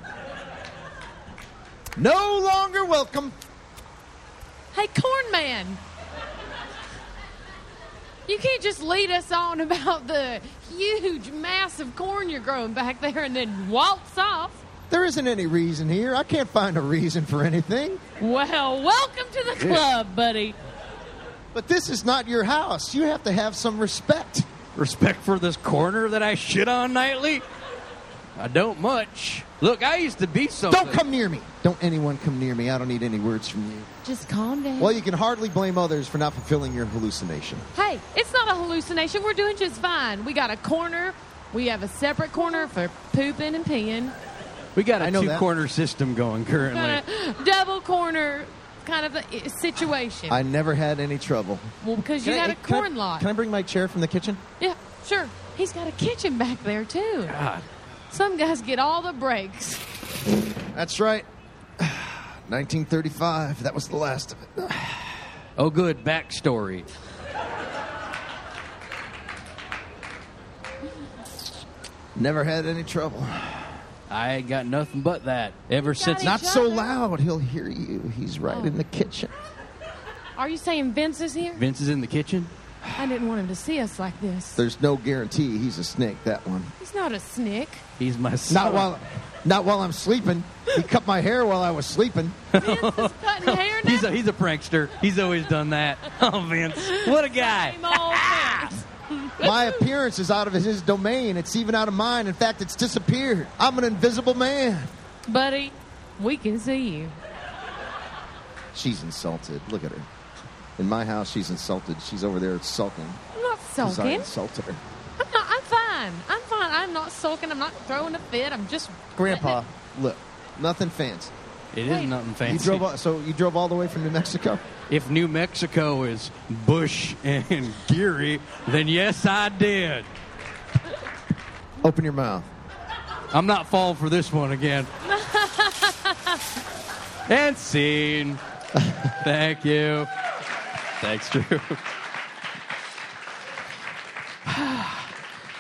Speaker 5: No longer welcome.
Speaker 2: hey, corn man, you can't just lead us on about the huge mass of corn you're growing back there and then waltz off.
Speaker 5: There isn't any reason here. I can't find a reason for anything.
Speaker 2: Well, welcome to the club, buddy.
Speaker 5: But this is not your house. You have to have some respect.
Speaker 4: Respect for this corner that I shit on nightly? I don't much. Look, I used to be something.
Speaker 5: Don't come near me. Don't anyone come near me. I don't need any words from you.
Speaker 2: Just calm down.
Speaker 5: Well, you can hardly blame others for not fulfilling your hallucination.
Speaker 2: Hey, it's not a hallucination. We're doing just fine. We got a corner. We have a separate corner for pooping and peeing.
Speaker 4: We got a
Speaker 5: I know that.
Speaker 4: two-corner system going currently.
Speaker 2: Got a double corner kind of a situation.
Speaker 5: I never had any trouble.
Speaker 2: Well, because you
Speaker 5: Can I- eh,
Speaker 2: got a
Speaker 5: can I-
Speaker 2: corn lot.
Speaker 5: Can I bring my chair from the kitchen?
Speaker 2: yeah, sure. He's got a kitchen back there too.
Speaker 4: God.
Speaker 2: Some guys get all the breaks.
Speaker 5: That's right. 1935. That was the last of it.
Speaker 4: Oh, good backstory.
Speaker 5: Never had any trouble.
Speaker 4: I ain't got nothing but that ever since.
Speaker 2: it.
Speaker 5: Not
Speaker 2: Each
Speaker 5: so
Speaker 2: other?
Speaker 5: loud. He'll hear you. He's right
Speaker 2: Oh.
Speaker 5: in the kitchen.
Speaker 2: Are you saying Vince is here?
Speaker 4: Vince is in the kitchen.
Speaker 2: I didn't want him to see us like this.
Speaker 5: There's no guarantee he's a snake. That one.
Speaker 2: He's not a snick.
Speaker 4: He's my son.
Speaker 5: Not while, not while I'm sleeping. He cut my hair while I was sleeping.
Speaker 2: Vince is cutting hair now.
Speaker 4: He's a he's a prankster. He's always done that. Oh, Vince, what a guy!
Speaker 2: Same old Vince.
Speaker 5: My appearance is out of his domain. It's even out of mine. In fact, it's disappeared. I'm an invisible man.
Speaker 2: Buddy, we can see you.
Speaker 5: She's insulted. Look at her. In my house, she's insulted. She's over there sulking.
Speaker 2: I'm not
Speaker 5: 'cause I
Speaker 2: sulking.
Speaker 5: insulted her.
Speaker 2: I'm, not, I'm fine. I'm fine. I'm not sulking. I'm not throwing a fit. I'm just.
Speaker 5: Grandpa, look, nothing fancy.
Speaker 4: It
Speaker 2: Wait.
Speaker 4: is nothing fancy.
Speaker 5: You drove all, so you drove all the way from New Mexico.
Speaker 4: If New Mexico is Bush and Geary, then yes, I did.
Speaker 5: Open your mouth.
Speaker 4: I'm not falling for this one again. and scene. Thank you. Thanks, Drew. All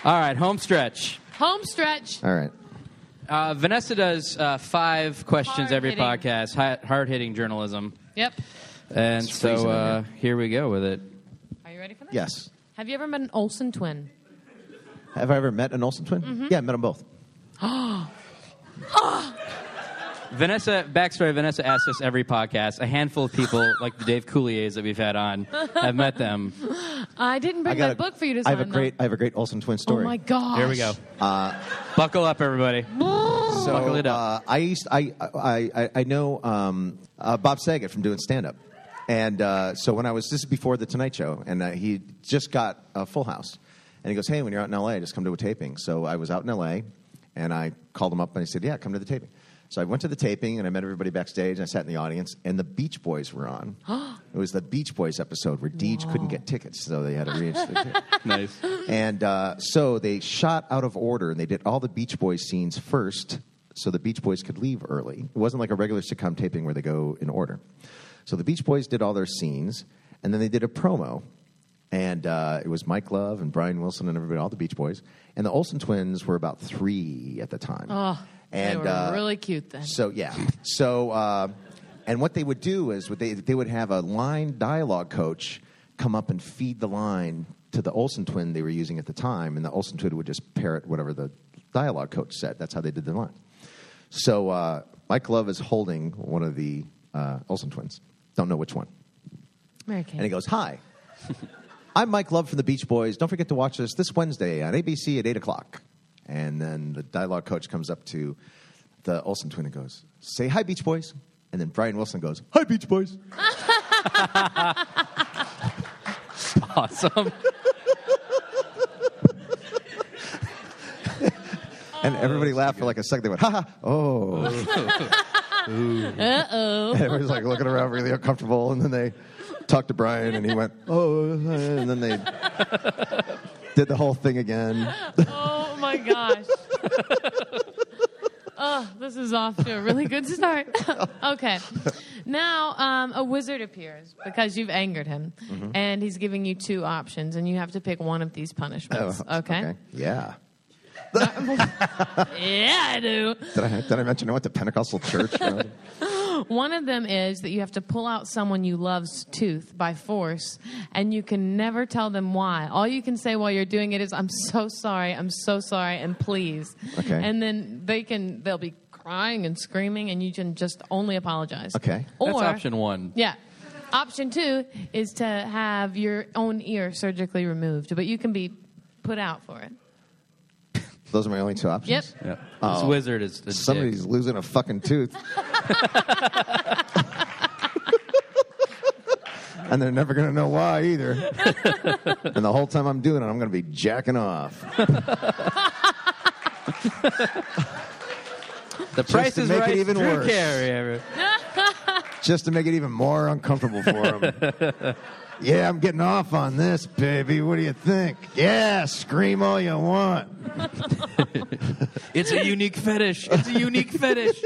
Speaker 4: right, home stretch.
Speaker 2: Home stretch.
Speaker 5: All right.
Speaker 4: Uh, Vanessa does uh, five questions every
Speaker 2: Hard-hitting.
Speaker 4: podcast, hard hitting journalism.
Speaker 2: Yep.
Speaker 4: And
Speaker 5: It's
Speaker 4: so
Speaker 5: freezing in
Speaker 4: uh, here we go with it.
Speaker 2: Are you ready for that?
Speaker 5: Yes.
Speaker 2: Have you ever met an Olsen twin?
Speaker 5: Have I ever met an Olsen twin?
Speaker 2: Mm-hmm.
Speaker 5: Yeah, I met them both.
Speaker 4: Vanessa, backstory Vanessa asks us every podcast. A handful of people, like the Dave Couliers that we've had on, have met them.
Speaker 2: I didn't
Speaker 5: I
Speaker 2: bring
Speaker 5: got
Speaker 2: my
Speaker 5: a-
Speaker 2: book for you to
Speaker 5: I
Speaker 2: sign.
Speaker 5: have a great. I have a great Olsen twin
Speaker 2: Though. Oh
Speaker 5: story.
Speaker 2: my gosh.
Speaker 4: Here we go.
Speaker 5: Uh,
Speaker 4: Buckle up, everybody.
Speaker 5: So,
Speaker 4: Buckle it up.
Speaker 5: Uh, I used I I I, I know um, uh, Bob Saget from doing stand up, and uh, so when I was this is before the Tonight Show, and uh, he just got a Full House, and he goes, "Hey, when you're out in L.A., just come to a taping." So I was out in L.A., and I called him up and I said, "Yeah, come to the taping." So I went to the taping and I met everybody backstage and I sat in the audience and the Beach Boys were on. it was the Beach Boys episode where Deej couldn't get tickets, so they had to reach.
Speaker 4: Nice.
Speaker 5: And uh, so they shot out of order and they did all the Beach Boys scenes first so the Beach Boys could leave early. It wasn't like a regular sitcom taping where they go in order. So the Beach Boys did all their scenes and then they did a promo. And uh, it was Mike Love and Brian Wilson and everybody, all the Beach Boys. And the Olsen twins were about three at the time.
Speaker 2: Oh,
Speaker 5: and
Speaker 2: they were
Speaker 5: uh,
Speaker 2: really cute then.
Speaker 5: so yeah. So uh, and what they would do is would they they would have a line dialogue coach come up and feed the line to the Olsen twin they were using at the time, and the Olsen twin would just parrot whatever the dialogue coach said. That's how they did the line. So uh, Mike Love is holding one of the uh, Olsen twins. Don't know which one.
Speaker 2: Mary
Speaker 5: And he
Speaker 2: Kay.
Speaker 5: goes, "Hi, I'm Mike Love from the Beach Boys. Don't forget to watch us this Wednesday on ABC at eight o'clock." And then the dialogue coach comes up to the Olsen twin and goes, "Say hi, Beach Boys." And then Brian Wilson goes, "Hi, Beach Boys."
Speaker 4: Awesome.
Speaker 5: and everybody laughed for like a second. They went, "Ha ha! Oh!" Uh oh! Everybody's like looking around, really uncomfortable. And then they talked to Brian, and he went, "Oh!" And then they did the whole thing again.
Speaker 2: Oh my gosh. oh, this is off to a really good start. okay. Now, um, a wizard appears because you've angered him,
Speaker 5: Mm-hmm.
Speaker 2: and he's giving you two options, and you have to pick one of these punishments. okay?
Speaker 5: Oh, Yeah.
Speaker 2: Yeah, I do.
Speaker 5: Did I, did I mention I went to Pentecostal church?
Speaker 2: One of them is that you have to pull out someone you love's tooth by force, and you can never tell them why. All you can say while you're doing it is, "I'm so sorry, I'm so sorry, and please."
Speaker 5: Okay.
Speaker 2: And then they can they'll be crying and screaming, and you can just only apologize.
Speaker 5: Okay.
Speaker 2: Or
Speaker 4: That's option one.
Speaker 2: yeah. Option two is to have your own ear surgically removed, but you can be put out for it.
Speaker 5: Those are my only two
Speaker 2: Yep.
Speaker 5: options.
Speaker 4: Yeah. This
Speaker 5: Oh.
Speaker 4: wizard is. is
Speaker 5: Somebody's losing a fucking tooth. and they're never going to know why either. and the whole time I'm doing it, I'm going to be jacking off.
Speaker 4: The price
Speaker 5: to
Speaker 4: is
Speaker 5: make it
Speaker 4: right.
Speaker 5: even
Speaker 4: Drew
Speaker 5: worse.
Speaker 4: Carey.
Speaker 5: just to make it even more uncomfortable for him. yeah, I'm getting off on this, baby. What do you think? Yeah, scream all you want.
Speaker 4: It's a unique fetish. It's a unique fetish.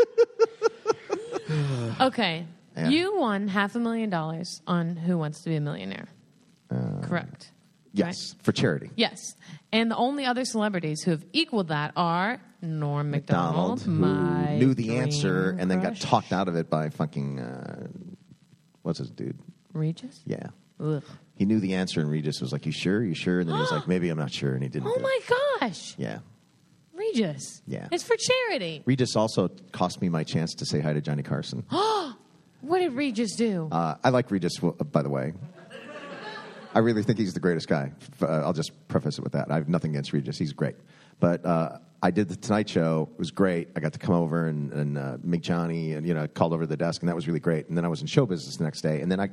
Speaker 2: Okay.
Speaker 5: Yeah.
Speaker 2: You won half a million dollars on Who Wants to Be a Millionaire. Correct.
Speaker 5: Uh, Yes, for charity.
Speaker 2: Yes. And the only other celebrities who have equaled that are Norm McDonald,
Speaker 5: Donald, who
Speaker 2: my
Speaker 5: knew the
Speaker 2: dream
Speaker 5: answer and then got
Speaker 2: crush.
Speaker 5: talked out of it by fucking uh, what's his dude?
Speaker 2: Regis?
Speaker 5: Yeah,
Speaker 2: Ugh.
Speaker 5: he knew the answer, and Regis was like, "You sure? You sure?" And then he was like, "Maybe I'm not sure," and he didn't.
Speaker 2: Oh
Speaker 5: do it.
Speaker 2: my gosh.
Speaker 5: Yeah,
Speaker 2: Regis.
Speaker 5: Yeah.
Speaker 2: It's for charity.
Speaker 5: Regis also cost me my chance to say hi to Johnny Carson.
Speaker 2: What did Regis do?
Speaker 5: uh, I like Regis, w- uh, by the way. I really think he's the greatest guy. F- Uh, I'll just preface it with that. I have nothing against Regis; he's great. But uh, I did the Tonight Show. It was great. I got to come over and, and uh, meet Johnny, and you know, called over to the desk, and that was really great. And then I was in show business the next day, and then I,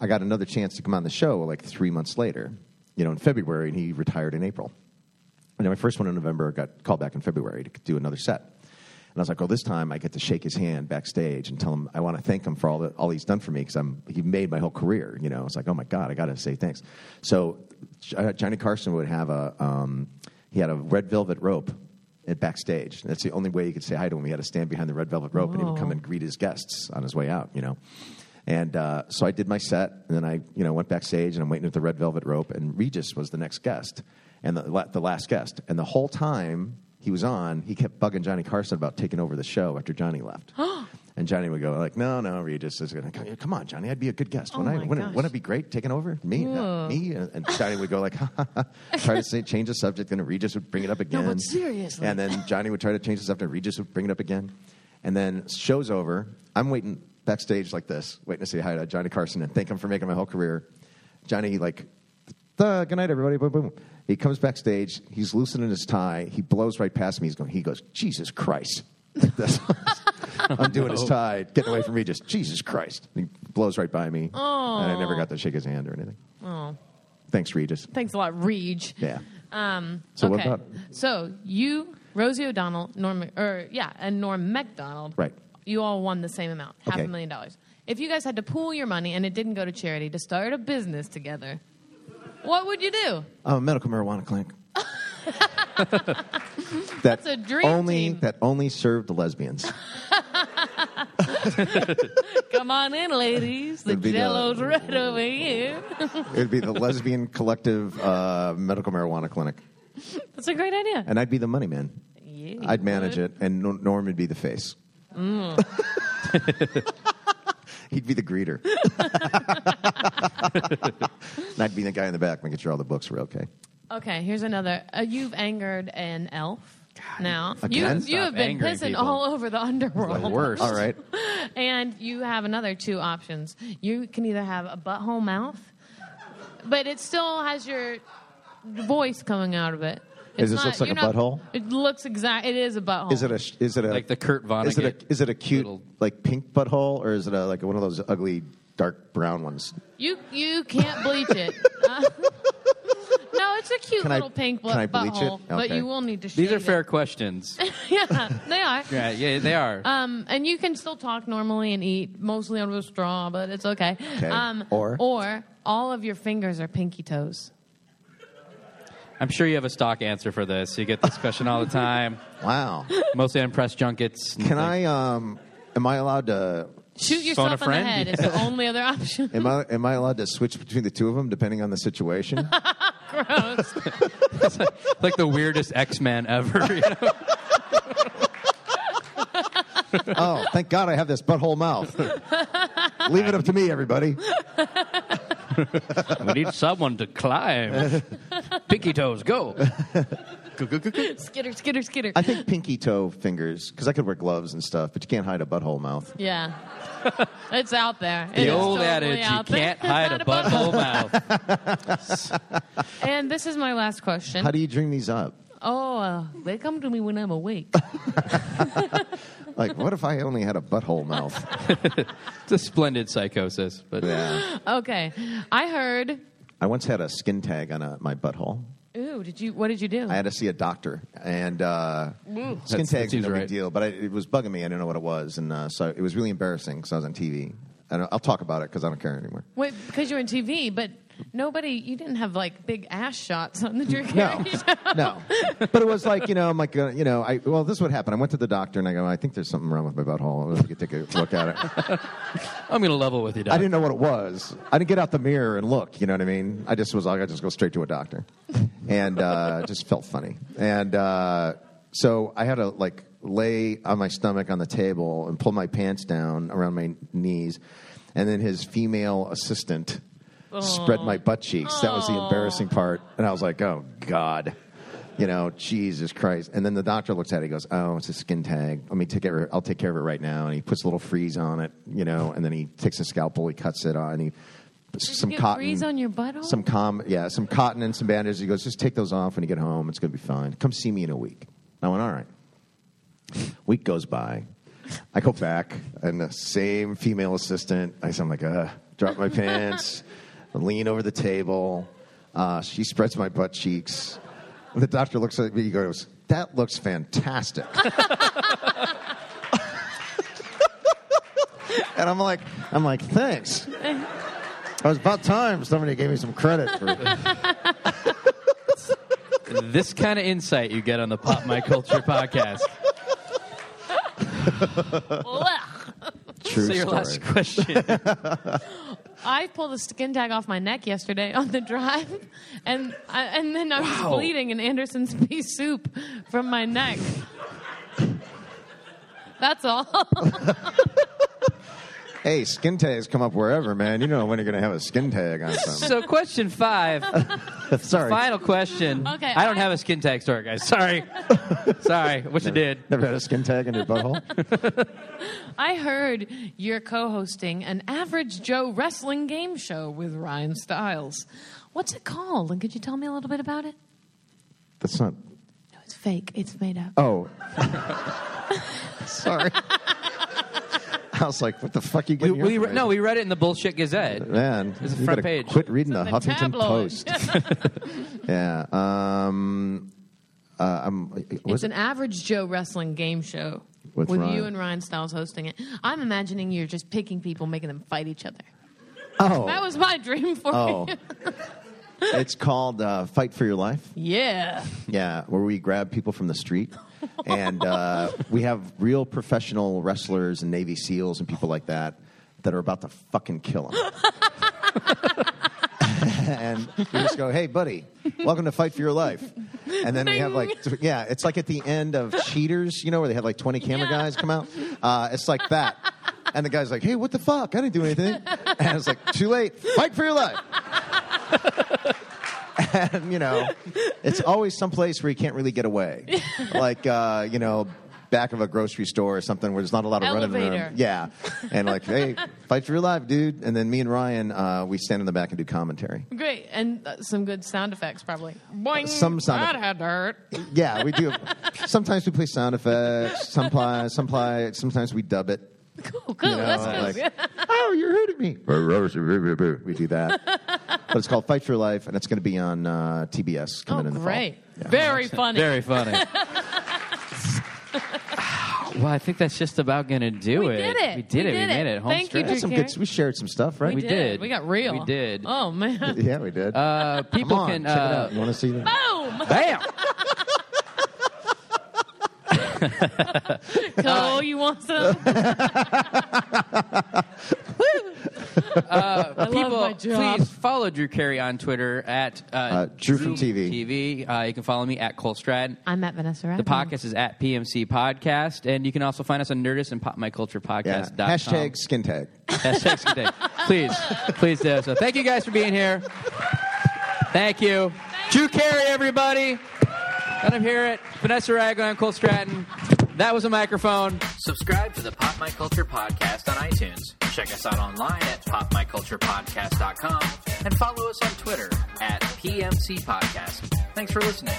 Speaker 5: I got another chance to come on the show like three months later, you know, in February, and he retired in April. And then my first one in November got called back in February to do another set. And I was like, well, this time I get to shake his hand backstage and tell him I want to thank him for all, the, all he's done for me because he made my whole career. You know, it's like, oh my God, I got to say thanks. So Jo- Johnny Carson would have a, um, he had a red velvet rope at backstage. That's the only way you could say hi to him. He had to stand behind the red velvet rope and he would come and greet his guests on his way out, you know. And uh, so I did my set, and then I, you know, went backstage, and I'm waiting at the red velvet rope, and Regis was the next guest, and the, la- the last guest, and the whole time he was on, he kept bugging Johnny Carson about taking over the show after Johnny left. And Johnny would go like, "No, no, Regis is going to come on, Johnny. I'd be a good guest. Wouldn't
Speaker 2: Oh my
Speaker 5: I? Wouldn't,
Speaker 2: gosh.
Speaker 5: wouldn't it be great taking over me, uh, me?" And and Johnny would go like, ha, ha, ha, try to say, change the subject, and Regis would bring it up again.
Speaker 2: seriously.
Speaker 5: And then Johnny would try to change the subject, and Regis would bring it up again. And then show's over. I'm waiting backstage like this, waiting to say hi to Johnny Carson and thank him for making my whole career. Johnny like, "Duh, good night, everybody. Boom, boom. He comes backstage. He's loosening his tie. He blows right past me. He's going. He goes, Jesus Christ. Like this. I'm doing his tie, getting away from me. Just Jesus Christ. He blows right by me, and I never got to shake his hand or anything.
Speaker 2: Oh,
Speaker 5: Thanks, Regis.
Speaker 2: thanks a lot, Reg.
Speaker 5: Yeah.
Speaker 2: Um,
Speaker 5: So what
Speaker 2: okay.
Speaker 5: about-
Speaker 2: So you, Rosie O'Donnell, Norm, or yeah, and Norm McDonald.
Speaker 5: Right.
Speaker 2: You all won the same amount, half a
Speaker 5: Okay.
Speaker 2: million dollars. If you guys had to pool your money and it didn't go to charity to start a business together, what would you do?
Speaker 5: I'm a Oh, medical marijuana clinic. That's
Speaker 2: a dream
Speaker 5: Only
Speaker 2: team.
Speaker 5: that only served lesbians.
Speaker 2: Come on in, ladies. The
Speaker 5: It'd be the-
Speaker 2: jello's right over here.
Speaker 5: It'd be the lesbian collective uh, medical marijuana clinic,
Speaker 2: That's a great idea.
Speaker 5: and I'd be the money man.
Speaker 2: Yeah,
Speaker 5: I'd manage it, and Nor- Norm would be the face.
Speaker 2: Mm.
Speaker 5: He'd be the greeter. and I'd be the guy in the back making sure all the books were okay.
Speaker 2: Okay, here's another. Uh, you've angered an elf. Now
Speaker 5: again?
Speaker 2: you you have
Speaker 4: Stop
Speaker 2: been
Speaker 4: angering
Speaker 2: pissing
Speaker 4: people.
Speaker 2: all over the underworld.
Speaker 4: The worst.
Speaker 5: All right.
Speaker 2: And you have another two options. You can either have a butthole mouth, but it still has your voice coming out of it.
Speaker 5: Is this looks like
Speaker 2: you're
Speaker 5: a butthole?
Speaker 2: It looks exact. It is a butthole.
Speaker 5: Is it a? sh- Is it a?
Speaker 4: Like the Kurt Vonnegut
Speaker 5: Is it a? Is it a cute
Speaker 4: little-
Speaker 5: like pink butthole, or is it a, like one of those ugly dark brown ones?
Speaker 2: You you can't bleach it. Uh, no, it's a cute
Speaker 5: Can I-
Speaker 2: little pink bu-
Speaker 5: can I bleach it?
Speaker 2: butthole, but
Speaker 5: Okay.
Speaker 2: you will need to.
Speaker 4: These are
Speaker 2: shave
Speaker 4: fair
Speaker 2: it.
Speaker 4: questions.
Speaker 2: yeah, they are.
Speaker 4: yeah, yeah, they are.
Speaker 2: Um, and you can still talk normally and eat mostly under a straw, but it's okay.
Speaker 5: Okay.
Speaker 2: Um,
Speaker 5: Or?
Speaker 2: or all of your fingers are pinky toes.
Speaker 4: I'm sure you have a stock answer for this. You get this question all the time,
Speaker 5: Wow.
Speaker 4: mostly on press junkets. and
Speaker 5: Can
Speaker 4: like-
Speaker 5: I? Um, am I allowed to?
Speaker 2: Shoot
Speaker 4: Phone a
Speaker 2: yourself in the
Speaker 4: friend?
Speaker 2: head is the only other option.
Speaker 5: Am I? Am I allowed to switch between the two of them depending on the situation?
Speaker 2: Gross.
Speaker 4: like the weirdest X Men ever. you know?
Speaker 5: oh, thank God I have this butthole mouth. Leave it up to me, everybody.
Speaker 4: We need someone to climb. Pinky toes, go.
Speaker 2: skitter, skitter, skitter.
Speaker 5: I think pinky toe fingers, because I could wear gloves and stuff, but you can't hide a butthole mouth.
Speaker 2: yeah. It's out there. It
Speaker 4: The
Speaker 2: is
Speaker 4: old
Speaker 2: totally
Speaker 4: adage, you
Speaker 2: out there.
Speaker 4: can't hide
Speaker 2: Not
Speaker 4: a butthole mouth.
Speaker 2: And this is my last question.
Speaker 5: How do you dream these up?
Speaker 2: oh, uh, they come to me when I'm awake.
Speaker 5: Like, what if I only had a butthole mouth?
Speaker 4: It's a splendid psychosis, but
Speaker 5: Yeah.
Speaker 2: okay. I heard.
Speaker 5: I once had a skin tag on a, my butthole.
Speaker 2: Ooh, did you? What did you do?
Speaker 5: I had to see a doctor, and uh, skin
Speaker 4: That's- that
Speaker 5: tags are
Speaker 4: seems
Speaker 5: no
Speaker 4: right.
Speaker 5: big deal. But I, it was bugging me. I didn't know what it was, and uh, so it was really embarrassing because I was on TV. And I'll talk about it because I don't care anymore.
Speaker 2: Wait, because you're in TV, but nobody, you didn't have like big ass shots on the Drew
Speaker 5: No,
Speaker 2: Carey show.
Speaker 5: no. But it was like you know, I'm like uh, you know, I well, this would happen. I went to the doctor and I go, I think there's something wrong with my butthole. If you could take a look at it,
Speaker 4: I'm going to level with you, Doc.
Speaker 5: I didn't know what it was. I didn't get out the mirror and look. You know what I mean? I just was like, I just go straight to a doctor, and uh, it just felt funny. And uh, so I had to like lay on my stomach on the table and pull my pants down around my knees, and then his female assistant spread my butt cheeks. That was the embarrassing part, and I was like, oh god. You know, Jesus Christ! And then the doctor looks at it. He goes, "Oh, it's a skin tag. Let me take care. Of it. I'll take care of it right now." And he puts a little freeze on it, you know. And then he takes a scalpel, he cuts it on, and he puts
Speaker 2: Did
Speaker 5: some
Speaker 2: you get
Speaker 5: cotton,
Speaker 2: Freeze on your butthole?
Speaker 5: some com, yeah, some cotton and some bandages. He goes, "Just take those off when you get home. It's going to be fine. Come see me in a week." I went, "All right." Week goes by. I go back, and the same female assistant. I sound like, uh, drop my pants, lean over the table. Uh, she spreads my butt cheeks. And the doctor looks at me and goes, That looks fantastic. and I'm like, I'm like, thanks. It was about time somebody gave me some credit for
Speaker 4: This kind of insight you get on the Pop My Culture podcast.
Speaker 2: Blech.
Speaker 5: true
Speaker 4: Say your
Speaker 5: story.
Speaker 4: last question.
Speaker 2: I pulled a skin tag off my neck yesterday on the drive, and I, and then I was bleeding in Anderson's pea soup from my neck. That's all.
Speaker 5: Hey, skin tags come up wherever, man. You don't know when you're going to have a skin tag on something.
Speaker 4: So, question five,
Speaker 5: Sorry.
Speaker 4: final question.
Speaker 2: Okay,
Speaker 4: I don't
Speaker 2: I-
Speaker 4: have a skin tag story, guys. Sorry, sorry. Wish I did.
Speaker 5: Never had a skin tag in your butthole?
Speaker 2: I heard you're co hosting an Average Joe wrestling game show with Ryan Stiles. What's it called? And could you tell me a little bit about it?
Speaker 5: That's not.
Speaker 2: No, it's fake. It's made up.
Speaker 5: Oh. Sorry. I was like, what the fuck you
Speaker 4: We,
Speaker 5: getting your
Speaker 4: we re- no, we read it in the bullshit Gazette.
Speaker 5: Man,
Speaker 4: It's a
Speaker 5: you
Speaker 4: front
Speaker 5: better
Speaker 4: page.
Speaker 5: Quit reading the
Speaker 2: It's in
Speaker 5: Huffington
Speaker 2: the tabloid.
Speaker 5: Post. yeah. Um, uh, I'm,
Speaker 2: It's
Speaker 5: was
Speaker 2: an
Speaker 5: it?
Speaker 2: Average Joe wrestling game show
Speaker 5: With Ryan.
Speaker 2: you and Ryan Stiles hosting it. I'm imagining you're just picking people, making them fight each other.
Speaker 5: Oh,
Speaker 2: That was my dream for
Speaker 5: oh.
Speaker 2: you.
Speaker 5: it's called uh, Fight for Your Life.
Speaker 2: Yeah.
Speaker 5: Yeah, where we grab people from the street. and uh, we have real professional wrestlers and Navy SEALs and people like that that are about to fucking kill them. and we just go, hey, buddy, welcome to Fight for Your Life. And then we have like, yeah, it's like at the end of Cheaters, you know, where they had like 20 camera guys come out. Uh, it's like that. And the guy's like, hey, what the fuck? I didn't do anything. And it's like, too late. Fight for your life. and, you know, it's always someplace where you can't really get away. like, uh, you know, back of a grocery store or something where there's not a lot of running
Speaker 2: Elevator.
Speaker 5: room. Yeah. And like, hey, fight for your life, dude. And then me and Ryan, uh, we stand in the back and do commentary.
Speaker 2: Great. And uh, some good sound effects, probably. Boing.
Speaker 5: Some sound
Speaker 2: That
Speaker 5: eff-
Speaker 2: had to hurt.
Speaker 5: Yeah, we do. sometimes we play sound effects. Some ply, some ply, sometimes we dub it.
Speaker 2: Cool, cool.
Speaker 5: you know,
Speaker 2: That's good.
Speaker 5: like, oh, you're hurting me. we do that. But it's called Fight for Your Life, and it's going to be on uh, TBS
Speaker 2: Oh,
Speaker 5: coming in the fall.
Speaker 2: great. Very funny.
Speaker 4: Very funny. well, I think that's just about gonna do
Speaker 2: We
Speaker 4: it.
Speaker 2: did it.
Speaker 4: We did
Speaker 2: We
Speaker 4: it. we
Speaker 2: did
Speaker 4: made
Speaker 2: it.
Speaker 4: it. Home
Speaker 2: Thank you,
Speaker 4: stretch.
Speaker 5: We had some good. We shared some stuff, right?
Speaker 4: We
Speaker 2: did.
Speaker 4: did.
Speaker 2: We got real.
Speaker 4: We did.
Speaker 2: Oh, man.
Speaker 5: yeah, we did.
Speaker 4: Uh, people
Speaker 5: Come on,
Speaker 4: can
Speaker 5: check it
Speaker 4: uh,
Speaker 5: out. You want to see that?
Speaker 2: Boom.
Speaker 4: Bam! Uh,
Speaker 2: Cole, you want some? I love
Speaker 4: People,
Speaker 2: my job.
Speaker 4: please follow Drew Carey on Twitter at uh,
Speaker 5: Drew from TV.
Speaker 4: TV. Uh, you can follow me at Cole Stratton.
Speaker 2: I'm at Vanessa Rathbun.
Speaker 4: The podcast is at PMC Podcast, and you can also find us on Nerdist and
Speaker 5: Yeah.
Speaker 4: PopMyCulturePodcast.com.
Speaker 5: Hashtag skin tag.
Speaker 4: Hashtag skin tag. Please, please do. So thank you guys for being here. Thank you. Drew Carey, everybody. Let him hear it. Vanessa Ragland, Cole Stratton. That was a microphone.
Speaker 7: Subscribe to the Pop My Culture Podcast on iTunes. Check us out online at popmyculturepodcast.com and follow us on Twitter at PMC Podcast. Thanks for listening.